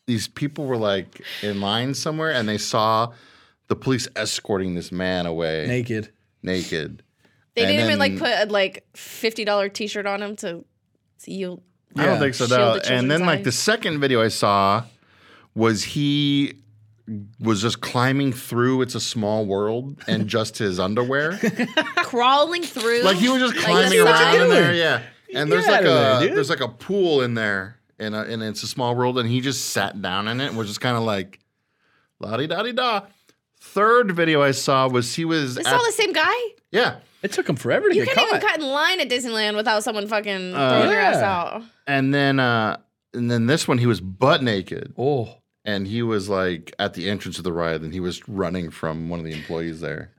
A: these people were like in line somewhere and they saw the police escorting this man away
C: Naked.
A: naked.
D: they
A: and
D: didn't even like
A: then-
D: put a like $50 t shirt on him to see you.
A: I don't
C: Yeah.
A: think so.
D: Shield
A: No.
D: the
A: And then
D: children's
A: like
D: eyes.
A: the second video I saw was he was just climbing through it's a small world and just his underwear.
D: Crawling through.
A: like he was just
D: that's
A: climbing
D: what
A: around
D: you're
A: in there,
C: doing.
A: yeah. And there's
C: Get
A: like a
C: outta there, dude.
A: there's like a pool in there and a, and it's a small world and he just sat down in it and was just kind of like la di da di da. Third video I saw was he was
D: It's
A: at-
D: all the same guy.
A: yeah,
C: It took him forever to
D: You
C: get
D: can't
C: caught.
D: even cut in line at Disneyland without someone fucking
A: Uh,
D: throwing your ass
C: Yeah.
D: out.
A: and then uh and then this one he was butt naked.
C: Oh.
A: and he was like at the entrance of the ride and he was running from one of the employees there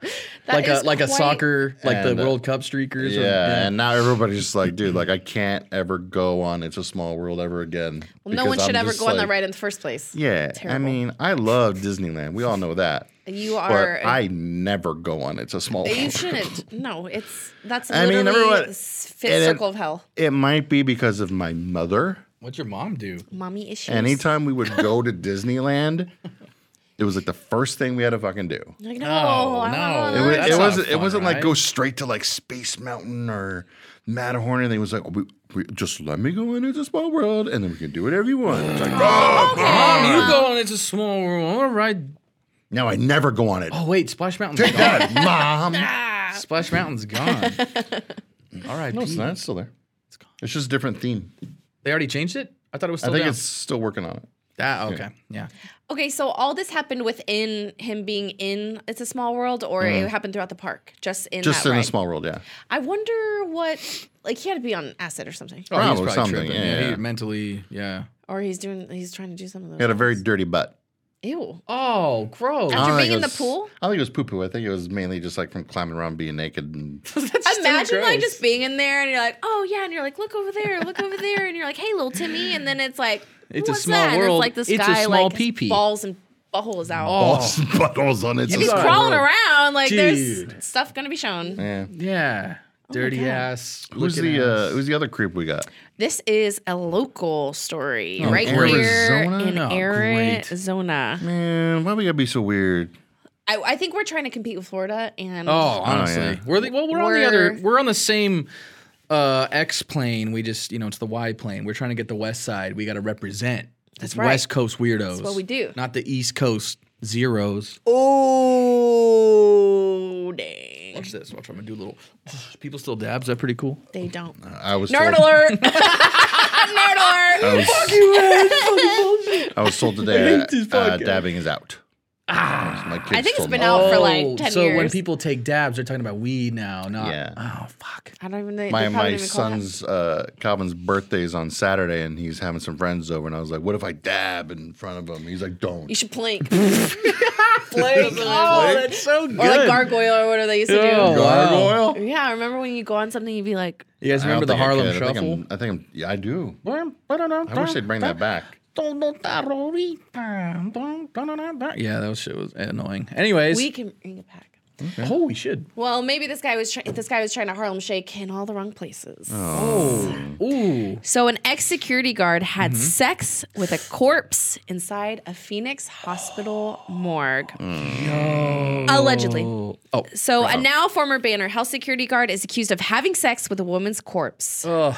D: That
C: like a
D: is
C: like a
D: quite-
C: soccer, like
A: And,
C: the
A: uh,
C: World Cup streakers.
A: yeah,
C: or-
A: and now everybody's just like dude like i can't ever go on it's a small world ever again
D: Well, no
A: because
D: one should
A: I'm
D: ever
A: just
D: go on that
A: like-
D: ride in the first place.
A: yeah i
D: Terrible.
A: mean i love disneyland we all know that
D: You
A: but
D: are.
A: i never go on it's a small world
D: you shouldn't. No, it's that's
A: I mean,
D: literally
A: everyone-
D: s-
A: and
D: fifth
A: it-
D: circle of hell.
A: it might be because of my mother
C: What'd your mom do?
D: Mommy issues.
A: anytime we would go to disneyland it was like the first thing we had to fucking do
D: Like, no,
C: No,
D: I don't
C: no.
A: It,
D: wanna
A: was,
D: learn.
C: That's
A: it
C: not
A: wasn't. it
C: fun,
A: wasn't like
C: right?
A: go straight to like Space Mountain or Matterhorn, and they was like, we, we just let me go into the small world, and then we can do whatever you want. It's like, oh,
C: Mom, you go on. It's a small world. All right.
A: now I never go on it.
C: Oh wait, Splash Mountain's gone.
A: God, mom.
C: Splash Mountain's gone. All right.
A: No, it's not. It's still there. It's just a different theme.
C: They already changed it. I thought it was
A: I
C: still
A: think
C: down.
A: it's Oh, still working on it.
C: Ah, okay. Yeah.
D: Okay, so all this happened within him being in It's a Small World, or it happened throughout the park, just in
A: Mm. Just
D: that
A: in
D: ride.
A: a small world, yeah.
D: I wonder what, like, he had to be on acid or something,
C: Oh, he's
A: Probably
C: probably
A: something,
C: tripping.
A: yeah, yeah.
C: He mentally, yeah.
D: or he's doing, he's trying to do something.
A: He had a very dirty butt.
D: ew.
C: Oh, gross.
A: I
D: After
A: don't
D: being
A: think it
D: in the
A: was-
D: pool?
A: I don't think it was poo poo. I think it was mainly just like from climbing around, being naked, and
D: Imagine like just being in there and you're like, oh yeah, and you're like, look over there, look over there, and you're like, hey, little Timmy, and then it's like,
C: It's a
D: what's
C: small
D: that? And
C: world.
D: it's like this
C: It's a
D: guy
C: small
D: like his
C: pee-pee.
D: balls and buttholes out.
A: all
C: Oh,
A: buttholes on its.
C: You
D: He's
C: Sorry.
D: crawling around like
C: Dude.
D: there's stuff gonna be shown.
A: Yeah.
C: yeah. Dirty
D: Oh God.
C: ass.
A: Who's
C: looking
A: the uh,
C: ass.
A: Who's the other creep we got?
D: This is a local story
C: Oh,
D: right
A: Arizona?
D: here in
C: Oh, great.
D: Arizona.
A: Man, why we gotta be so weird?
D: I, I think we're trying to compete with Florida and
C: Oh, honestly,
A: yeah.
C: we're the, well, we're, on the
D: We're-
C: other, we're on the same uh, X plane. We just, you know, it's the Y plane. We're trying to get the West Side. We got to represent. That's
D: right.
C: West Coast weirdos. That's
D: what we do.
C: Not the East Coast zeros.
D: oh dang.
C: Watch this. Watch. I'm gonna do a little. People still dabs. Is that pretty cool?
D: They don't.
A: I was
D: Nerd
A: told,
D: alert! Nerd alert!
A: I was, I was told today
C: hate this
A: that uh,
C: podcast.
A: dabbing is out. Ah, my kids
D: I think it's
A: told
D: been
A: me.
D: out for like
C: Oh,
D: ten
C: so
D: years.
C: when people take dabs, they're talking about weed now. Not.
A: Yeah.
C: Oh fuck.
D: I don't even know.
A: My
D: they probably
A: my
D: don't even call it
A: son's uh, Calvin's birthday is on Saturday, and he's having some friends over, and I was like, "What if I dab in front of him?" He's like, "Don't."
D: that. You should plink. plink. Oh, that's
C: so good.
D: or like gargoyle or whatever they used to
C: Yeah.
D: do.
A: Gargoyle. I
D: Yeah, I remember when you go on something, you'd be like,
C: You guys
A: don't
C: remember the
A: think I
C: Harlem
A: could. I think
C: Shuffle?
A: I'm- I think I'm. Yeah, I do. I
C: I
A: wish they'd bring that back.
C: Yeah, that shit was annoying. Anyways,
D: "We can bring it back."
C: oh, we should.
D: Well, maybe this guy was try- this guy was trying to Harlem Shake in all the wrong places.
C: Ooh,
D: So, an ex security guard had sex with a corpse inside a Phoenix hospital morgue. Allegedly.
C: Oh, oh,
D: So, a now former Banner health security guard is accused of having sex with a woman's corpse.
C: Ugh.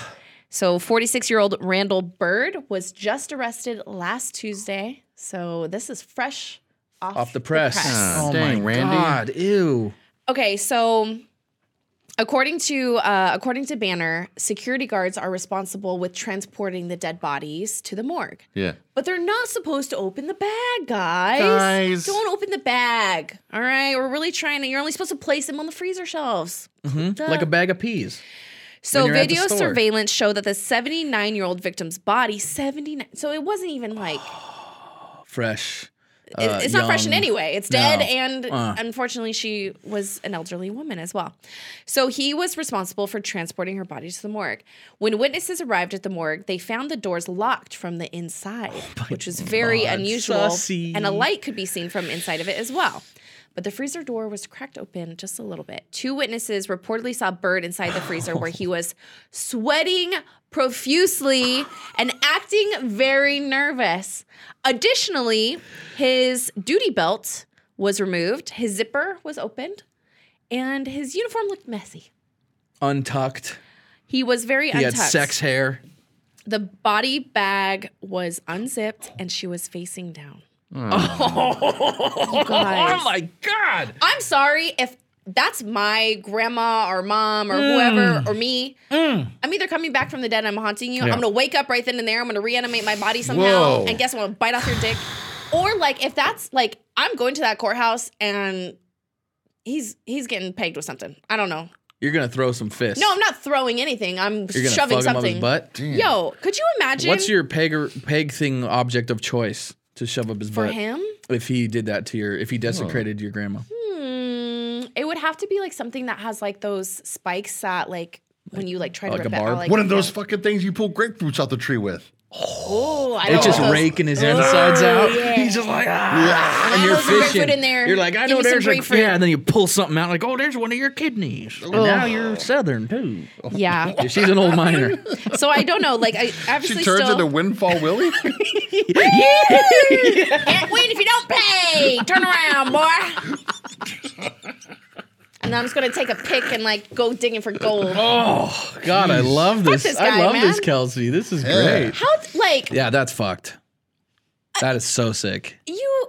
D: So, 46 year old Randall Bird was just arrested last Tuesday. So, this is fresh off,
C: off the press.
A: Ah,
C: oh
A: dang,
C: my
A: Randy.
C: god, ew.
D: Okay, so according to uh, according to Banner, security guards are responsible with transporting the dead bodies to the morgue,
A: Yeah.
D: but they're not supposed to open the bag, guys.
A: Guys.
D: don't open the bag. All right, we're really trying to. You're only supposed to place them on the freezer shelves. Duh.
C: Like a bag of peas.
D: So
C: when you're at the
D: video
C: store.
D: surveillance showed that the 79 year old victim's body 79. So it wasn't even like
C: Fresh.
D: it-
C: uh,
D: it's not fresh in
C: young.
D: any way. It's dead,
C: No.
D: and
C: Uh.
D: unfortunately, she was an elderly woman as well. So he was responsible for transporting her body to the morgue. When witnesses arrived at the morgue, they found the doors locked from the inside, which was very
C: Oh God,
D: unusual,
C: sussy.
D: and a light could be seen from inside of it as well. But the freezer door was cracked open just a little bit. Two witnesses reportedly saw Bird inside the freezer where he was sweating profusely and acting very nervous. Additionally, his duty belt was removed, his zipper was opened, and his uniform looked messy.
C: Untucked.
D: He was very
C: He had
D: untucked.
C: sex hair.
D: The body bag was unzipped and she was facing down.
C: Oh my god.
D: I'm sorry if that's my grandma or mom or
C: Mm.
D: whoever or me. I'm either coming back from the dead, I'm haunting you.
C: Yeah.
D: I'm gonna wake up right then and there. I'm gonna reanimate my body somehow,
A: Whoa.
D: and guess what? I'm gonna bite off your dick. Or like if that's like I'm going to that courthouse and he's he's getting pegged with something. I don't know.
C: You're gonna throw some fists.
D: No, I'm not throwing anything. I'm
C: You're gonna
D: shoving
C: fuck him up
D: something.
C: his butt.
A: Damn.
D: Yo, could you imagine
C: What's your peg or, peg thing object of choice to shove up his
D: for
C: butt?
D: him?
C: If he did that to your, if he desecrated your grandma,
D: Hmm, it would have to be like something that has like those spikes that like when you like try to
C: like a
D: rip it out,
C: barb?
D: like,
A: One of those
D: yeah.
A: fucking things you pull grapefruits out the tree with.
D: Oh, I
C: it's
D: don't
C: just
D: know.
C: raking his insides out. He's just like, ah,
D: I
C: Oh, and you're
D: know some grapefruit
C: fishing.
D: in there.
C: You're like, I
D: Give
C: know
D: me some
C: there's a
D: grapefruit.
C: yeah, and then you pull something out, like, oh, there's one of your kidneys, and now you're southern too.
D: Yeah.
C: Yeah, she's an old miner.
D: So I don't know. Like I
A: She
D: obviously
A: turns
D: still.
A: into Windfall Willie.
D: Can't win if you don't pay. Turn around, boy. and I'm just gonna take a pick and like go digging for gold.
C: Oh God, I love this.
D: this
C: I
D: guy,
C: love this,
D: man.
C: Kelsey. This is
A: Yeah.
C: great.
D: How like
C: Yeah, that's fucked. That is so sick.
D: you?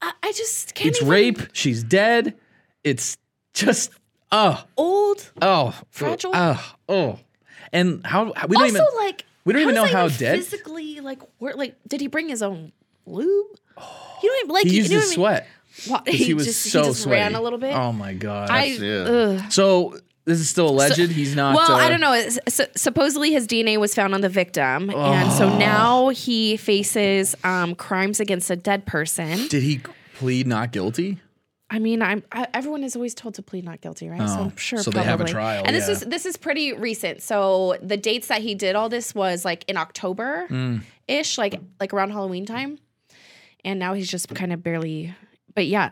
D: I, I just can't.
C: It's
D: even-
C: rape. She's dead. It's just oh
D: Old.
C: oh
D: Fragile.
C: oh oh. And how, how- we don't
D: Also,
C: even
D: like
C: we don't even
D: does
C: know
D: that
C: how
D: even
C: dead-
D: Physically, like where? Like, did he bring his own lube? You don't even like.
C: he
D: you
C: used
D: know
C: his
D: what I mean?
C: sweat.
D: What-
C: 'cause He, was
D: just,
C: so
D: he just
C: sweaty.
D: ran a little bit.
C: Oh my god.
D: I.
A: yeah.
D: Ugh.
C: so this is still alleged. He's not.
D: Well,
C: uh,
D: I don't know. It's- su- supposedly, his DNA was found on the victim, and
C: Oh.
D: so now he faces um, crimes against a dead person.
C: Did he plead not guilty?
D: I mean, I'm I, everyone is always told to plead not guilty, right? so
C: Oh,
D: I'm sure.
C: so they
D: probably.
C: have a trial,
D: and this
C: yeah.
D: is this is pretty recent. So the dates that he did all this was like in October
C: Mm.
D: ish, like like around Halloween time, and now he's just kind of barely. But yeah,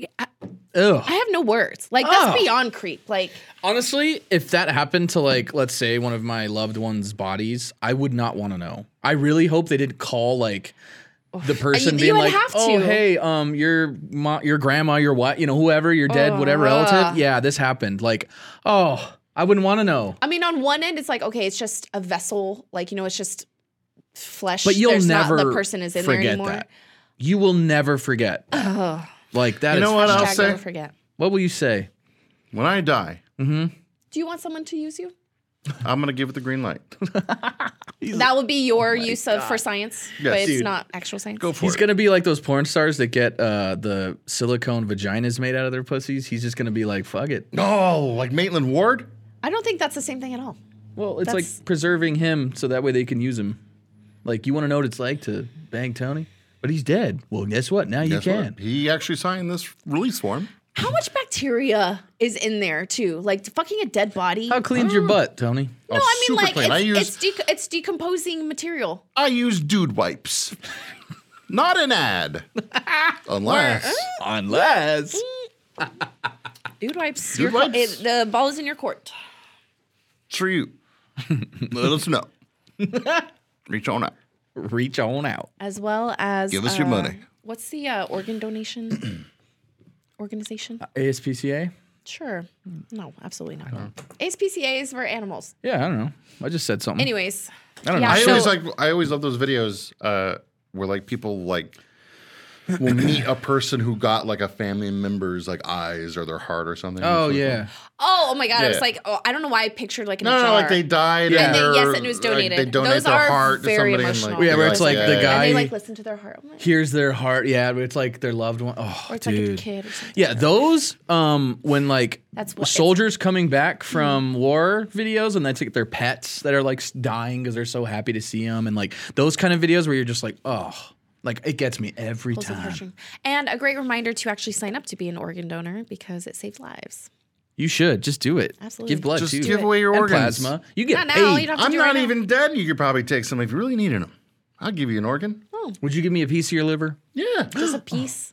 C: Ugh.
D: I have no words. Like
C: Oh.
D: that's beyond creep. Like
C: Honestly, if that happened to like, let's say one of my loved one's bodies, I would not want to know. I really hope they didn't call like the person
D: you
C: being
D: would
C: like,
D: have
C: "Oh,
D: to.
C: hey, um, your mo- your grandma, your what, you know, whoever, your dead, whatever relative, yeah, this happened." Like, oh, I wouldn't want to know.
D: I mean, on one end, it's like okay, it's just a vessel. Like you know, it's just flesh.
C: But you'll
D: There's
C: never
D: not, the person is in there
C: forget
D: anymore.
C: that. You will never forget. Like that is
A: You know what
D: Hashtag
A: I'll
D: never
A: say?
D: forget.
C: What will you say?
A: When I die,
D: Do you want someone to use you?
A: I'm gonna give it the green light.
D: That would be
A: Oh
D: your use of for science, but it's
A: Dude.
D: not actual science.
A: Go for
C: He's
A: it.
C: gonna be like those porn stars that get uh, the silicone vaginas made out of their pussies. He's just gonna be like, "Fuck it."
A: oh, like Maitland Ward.
D: I don't think that's the same thing at all.
C: Well, it's
D: That's-
C: like preserving him so that way they can use him. Like you want to know what it's like to bang Tony, but he's dead. Well, guess what? Now you
A: Guess
C: can.
A: what? He actually signed this release form.
D: How much bacteria is in there too? Like fucking a dead body.
C: How clean's your butt, Tony?
A: Oh,
D: no, I mean
A: super
D: like
A: clean.
D: it's
A: I use
D: it's, dec it's decomposing material.
A: I use dude wipes. Not an ad. Unless
C: Unless
D: Dude wipes.
A: Dude
D: your-
A: wipes.
D: it- the ball is in your court.
A: it's for you. Let us know. Reach on up.
C: Reach on out.
D: as well as
A: Give us your
D: uh,
A: money.
D: What's the uh, organ donation
A: Uh,
D: organization?
C: ASPCA?
D: Sure.
A: mm.
D: No, absolutely not. ASPCA is for animals.
C: Yeah, I don't know. I just said something.
D: Anyways,
C: I don't
D: yeah,
C: know.
A: I
D: so-
A: always like I always love those videos uh, where like people like will meet a person who got like a family member's like eyes or their heart or something.
C: Oh
A: It's like,
C: yeah.
D: oh, oh my god, I
A: Yeah.
D: was like, oh, I don't know why I pictured like an
A: No, no, no, like they died. And,
C: Yeah. And
A: they,
D: they- yes, and it was donated.
A: they donate
D: Those
A: their
D: are
A: heart to
D: very
A: somebody. And,
D: emotional.
A: like,
C: Yeah, where it's,
A: they're
C: like, the
A: yeah,
D: and
A: yeah,
D: they
A: yeah.
D: like listen to their heart. I'm like,
C: Here's their heart. Yeah, it's like their loved one. Oh,
D: Or it's
C: dude.
D: like a kid or something.
C: Yeah, those um when like
D: That's what- Mm-hmm.
C: soldiers coming back from war videos and they take their pets that are like s- dying because they're so happy to see them and like those kind of videos where you're just like oh like it gets me every
D: Pulls at the
C: time.
D: heartstring. And a great reminder to actually sign up to be an organ donor because it saves lives.
C: You should just do it.
D: Absolutely.
C: give blood
A: Just
C: too.
A: give away your
C: And
A: organs.
C: plasma. You get
D: Not
C: paid.
D: now. You don't have to
A: I'm
D: do it
A: not
D: right now.
A: even dead. You could probably take some if you really needed them. I'll give you an organ.
C: Would you give me a piece of your liver?
A: Yeah.
D: Just a piece.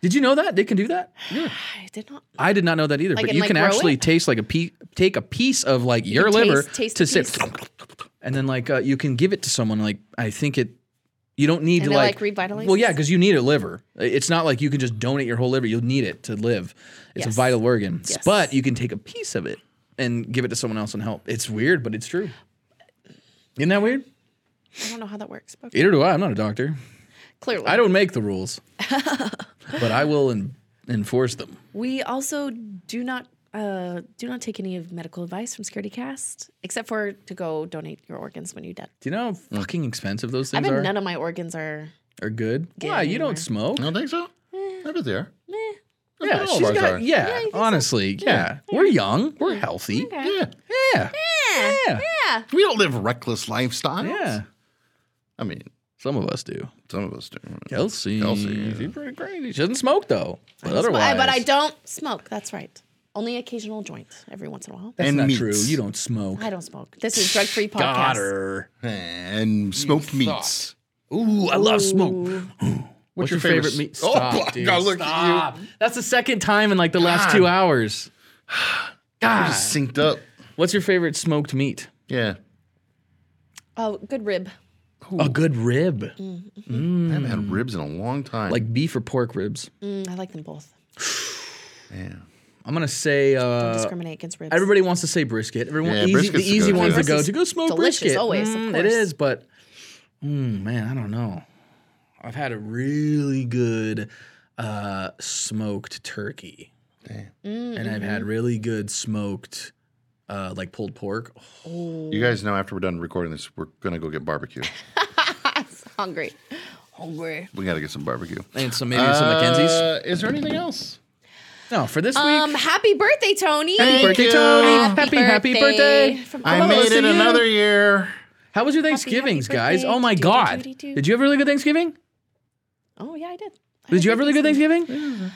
C: Did you know that they can do that?
D: I did not.
C: I did not know that either.
D: Like,
C: but
D: and,
C: you
D: like,
C: can
D: grow
C: actually
D: it?
C: taste like a piece, take a piece of like your
D: can
C: liver
D: taste- taste
C: to
D: a
C: sip, and then like uh, you can give it to someone. Like I think it, you don't need
D: And
C: to
D: it,
C: like,
D: like, revitalizes?
C: Well, yeah, because you need a liver. It's not like you can just donate your whole liver. You'll need it to live. It's a
D: Yes.
C: vital organ,
D: Yes.
C: but you can take a piece of it and give it to someone else and help. It's weird, but it's true. Isn't that weird?
D: I don't know how that works, but
C: Either do I. I'm not a doctor.
D: clearly.
C: I don't make the rules, but I will en- enforce them.
D: We also do not uh, do not take any of medical advice from Security Cast, except for to go donate your organs when you're dead.
C: Do you know how fucking expensive those
D: I
C: things
D: bet
C: are?
D: none of my organs are.
C: are good. Why? You don't smoke.
A: I don't think so. I bet they are. I bet
C: Yeah,
A: all of
C: she's
A: ours
C: got,
A: are.
C: yeah, honestly, yeah. We're young. We're healthy.
A: Yeah.
C: Yeah.
D: eh.
C: Yeah. Yeah.
A: We don't live reckless lifestyles. I mean,
C: Some of us do.
A: some of us do.
C: Kelsey.
A: Kelsey, yeah.
C: She's pretty crazy. She doesn't smoke, though. But
D: That's why-
C: otherwise.
D: but I don't smoke. That's right. Only occasional joint every once in a while.
C: That's
A: And
C: not
A: meats.
C: true. You don't smoke.
D: I don't smoke. This is drug free podcast.
C: Got her.
A: And smoked meats.
C: Ooh, I love smoke. What's, your, favorite,
A: s-
C: meat?
A: Oh,
C: Stop,
A: my
C: dude.
A: God, look at you.
C: Stop. That's the second time in like the last two hours.
A: God. Just synced up.
C: What's your favorite smoked meat?
A: Yeah.
D: Oh, good rib.
C: A good rib,
D: Mm.
A: I haven't had ribs in a long time.
C: like beef or pork ribs.
D: Mm, I like them both.
A: yeah.
C: I'm gonna say uh,
D: Discriminate against ribs.
C: Everybody wants to say brisket. Everyone,
A: Yeah,
C: easy, the
A: brisket's
C: easy
A: good,
C: ones
A: yeah.
C: to go
D: Brisket's
C: to go smoke
D: delicious,
C: brisket.
D: always, of
C: Mm, it
D: course.
C: is, but mm, man, I don't know. I've had a really good uh, smoked turkey,
D: Mm,
C: and I've
D: mm-hmm.
C: had really good smoked uh, like pulled pork. Oh,
A: You guys know after we're done recording this, we're going to go get barbecue.
D: hungry. Hungry.
A: we got to get some barbecue.
C: and some maybe some Mackenzie's.
A: Uh, is there anything else?
C: No, for this
D: Um,
C: week.
D: happy birthday, Tony. Happy
A: birthday, you. Tony.
C: Happy, happy birthday.
D: From
A: I
D: all of us.
A: made
C: to
A: it
C: you.
A: another year.
C: How was your Thanksgivings, guys?
D: birthday.
C: Oh my
D: Do, do,
C: God!
D: do, do, do.
C: Did you have a really good Thanksgiving?
D: Oh, yeah, I did. I
C: Did you have a
D: had
C: really good Thanksgiving? It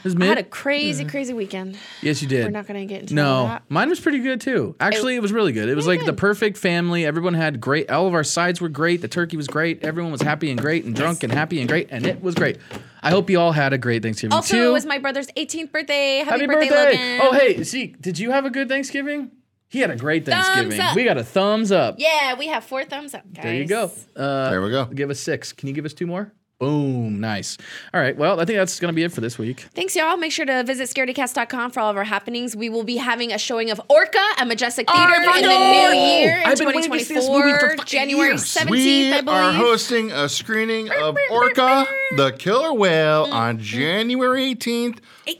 C: was
D: I had
C: mid.
D: a crazy, crazy weekend.
C: yes, you did.
D: We're not going to get into all
C: No, Mm,
D: that.
C: mine was pretty good too. Actually, it, was really good. It was like the perfect family. Everyone had great. All of our sides were great. The turkey was great. Everyone was happy and great and drunk and happy and great, and it was great. I hope you all had a great Thanksgiving
D: Also,
C: too.
D: it was my brother's 18th birthday. Happy,
C: happy
D: birthday,
C: birthday!
D: Logan.
C: Oh hey, Zeke, did you have a good Thanksgiving? He had a great Thanksgiving.
D: up.
C: We got a thumbs up.
D: Yeah, we have four thumbs up, guys.
C: There you go. Uh,
A: There we go.
C: give us six. Can you give us two more? Boom! Nice. All right. Well, I think that's gonna be it for this week.
D: Thanks, y'all. Make sure to visit scaredycast.com for all of our happenings. We will be having a showing of Orca at Majestic Theater
C: I
D: in the
C: know!
D: new year in
C: I've been waiting to see this movie
D: 2024,
C: for fucking
D: January
C: years.
D: 17th,
A: We
D: I
A: are
D: believe.
A: hosting a screening of Orca, the Killer Whale,
D: Mm,
A: on January 18th,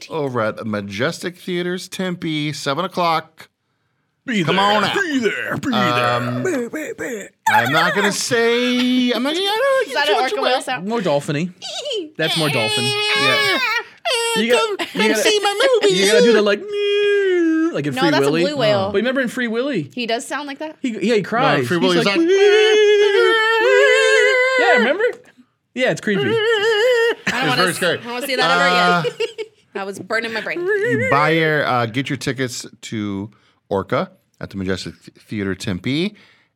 A: over at Majestic Theaters, Tempe, 7 o'clock. Come on out. Be there. Be
C: Um,
A: there. I'm not going to say. I'm not going to.
D: Is that an Orca whale sound?
C: More dolphiny. That's more dolphin. Yeah. You got, you gotta-
A: my movie.
C: You gotta do the like, meow, like in
D: No,
C: Free
D: that's a
C: Willy.
D: blue whale.
C: But remember in Free Willy,
D: He does sound like that?
C: he yeah he cries.
A: Free Willy's
C: He's
A: like,
C: "Meow." yeah, remember? Yeah, it's creepy.
D: I
A: It's
D: don't
A: very
D: want to
A: scary.
D: I don't wanna see that ever again.
C: Ah.
D: I was burning my brain.
A: You buy your, uh, get your tickets to Orca at the Majestic Theater Tempe,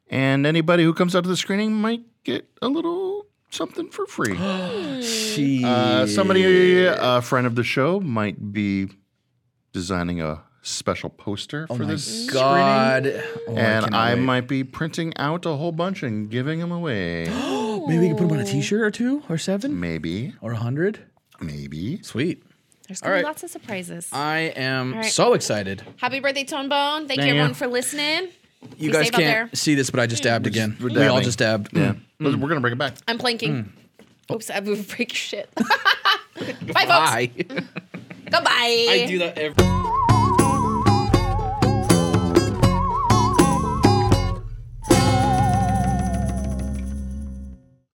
A: and anybody who comes out to the screening might get a little something for free.
C: She
A: Uh, somebody, a friend of the show, might be designing a special poster for
C: my
A: this
C: Oh, God. Oh, I
A: and
C: cannot
A: I,
C: wait.
A: might be printing out a whole bunch and giving them away.
C: Maybe we can put them on a T-shirt or two, or seven,
A: maybe,
C: or a hundred.
A: maybe.
C: Sweet.
D: There's
C: All
D: gonna be
C: right.
D: lots of surprises.
C: I am
D: right.
C: so excited.
D: Happy birthday, Tone Bone. Thank
A: Thank
D: you
A: you.
D: everyone for listening.
C: You
D: Be
C: guys
D: safe out
C: can't
D: there.
C: see this, but I just dabbed again.
A: we're
C: we all
A: dabbing.
C: just dabbed.
A: Yeah, But
C: Hmm.
A: we're gonna bring it back.
D: I'm planking. Oops, I would break your shit. Bye, folks.
C: Bye.
D: Goodbye.
C: I do that every.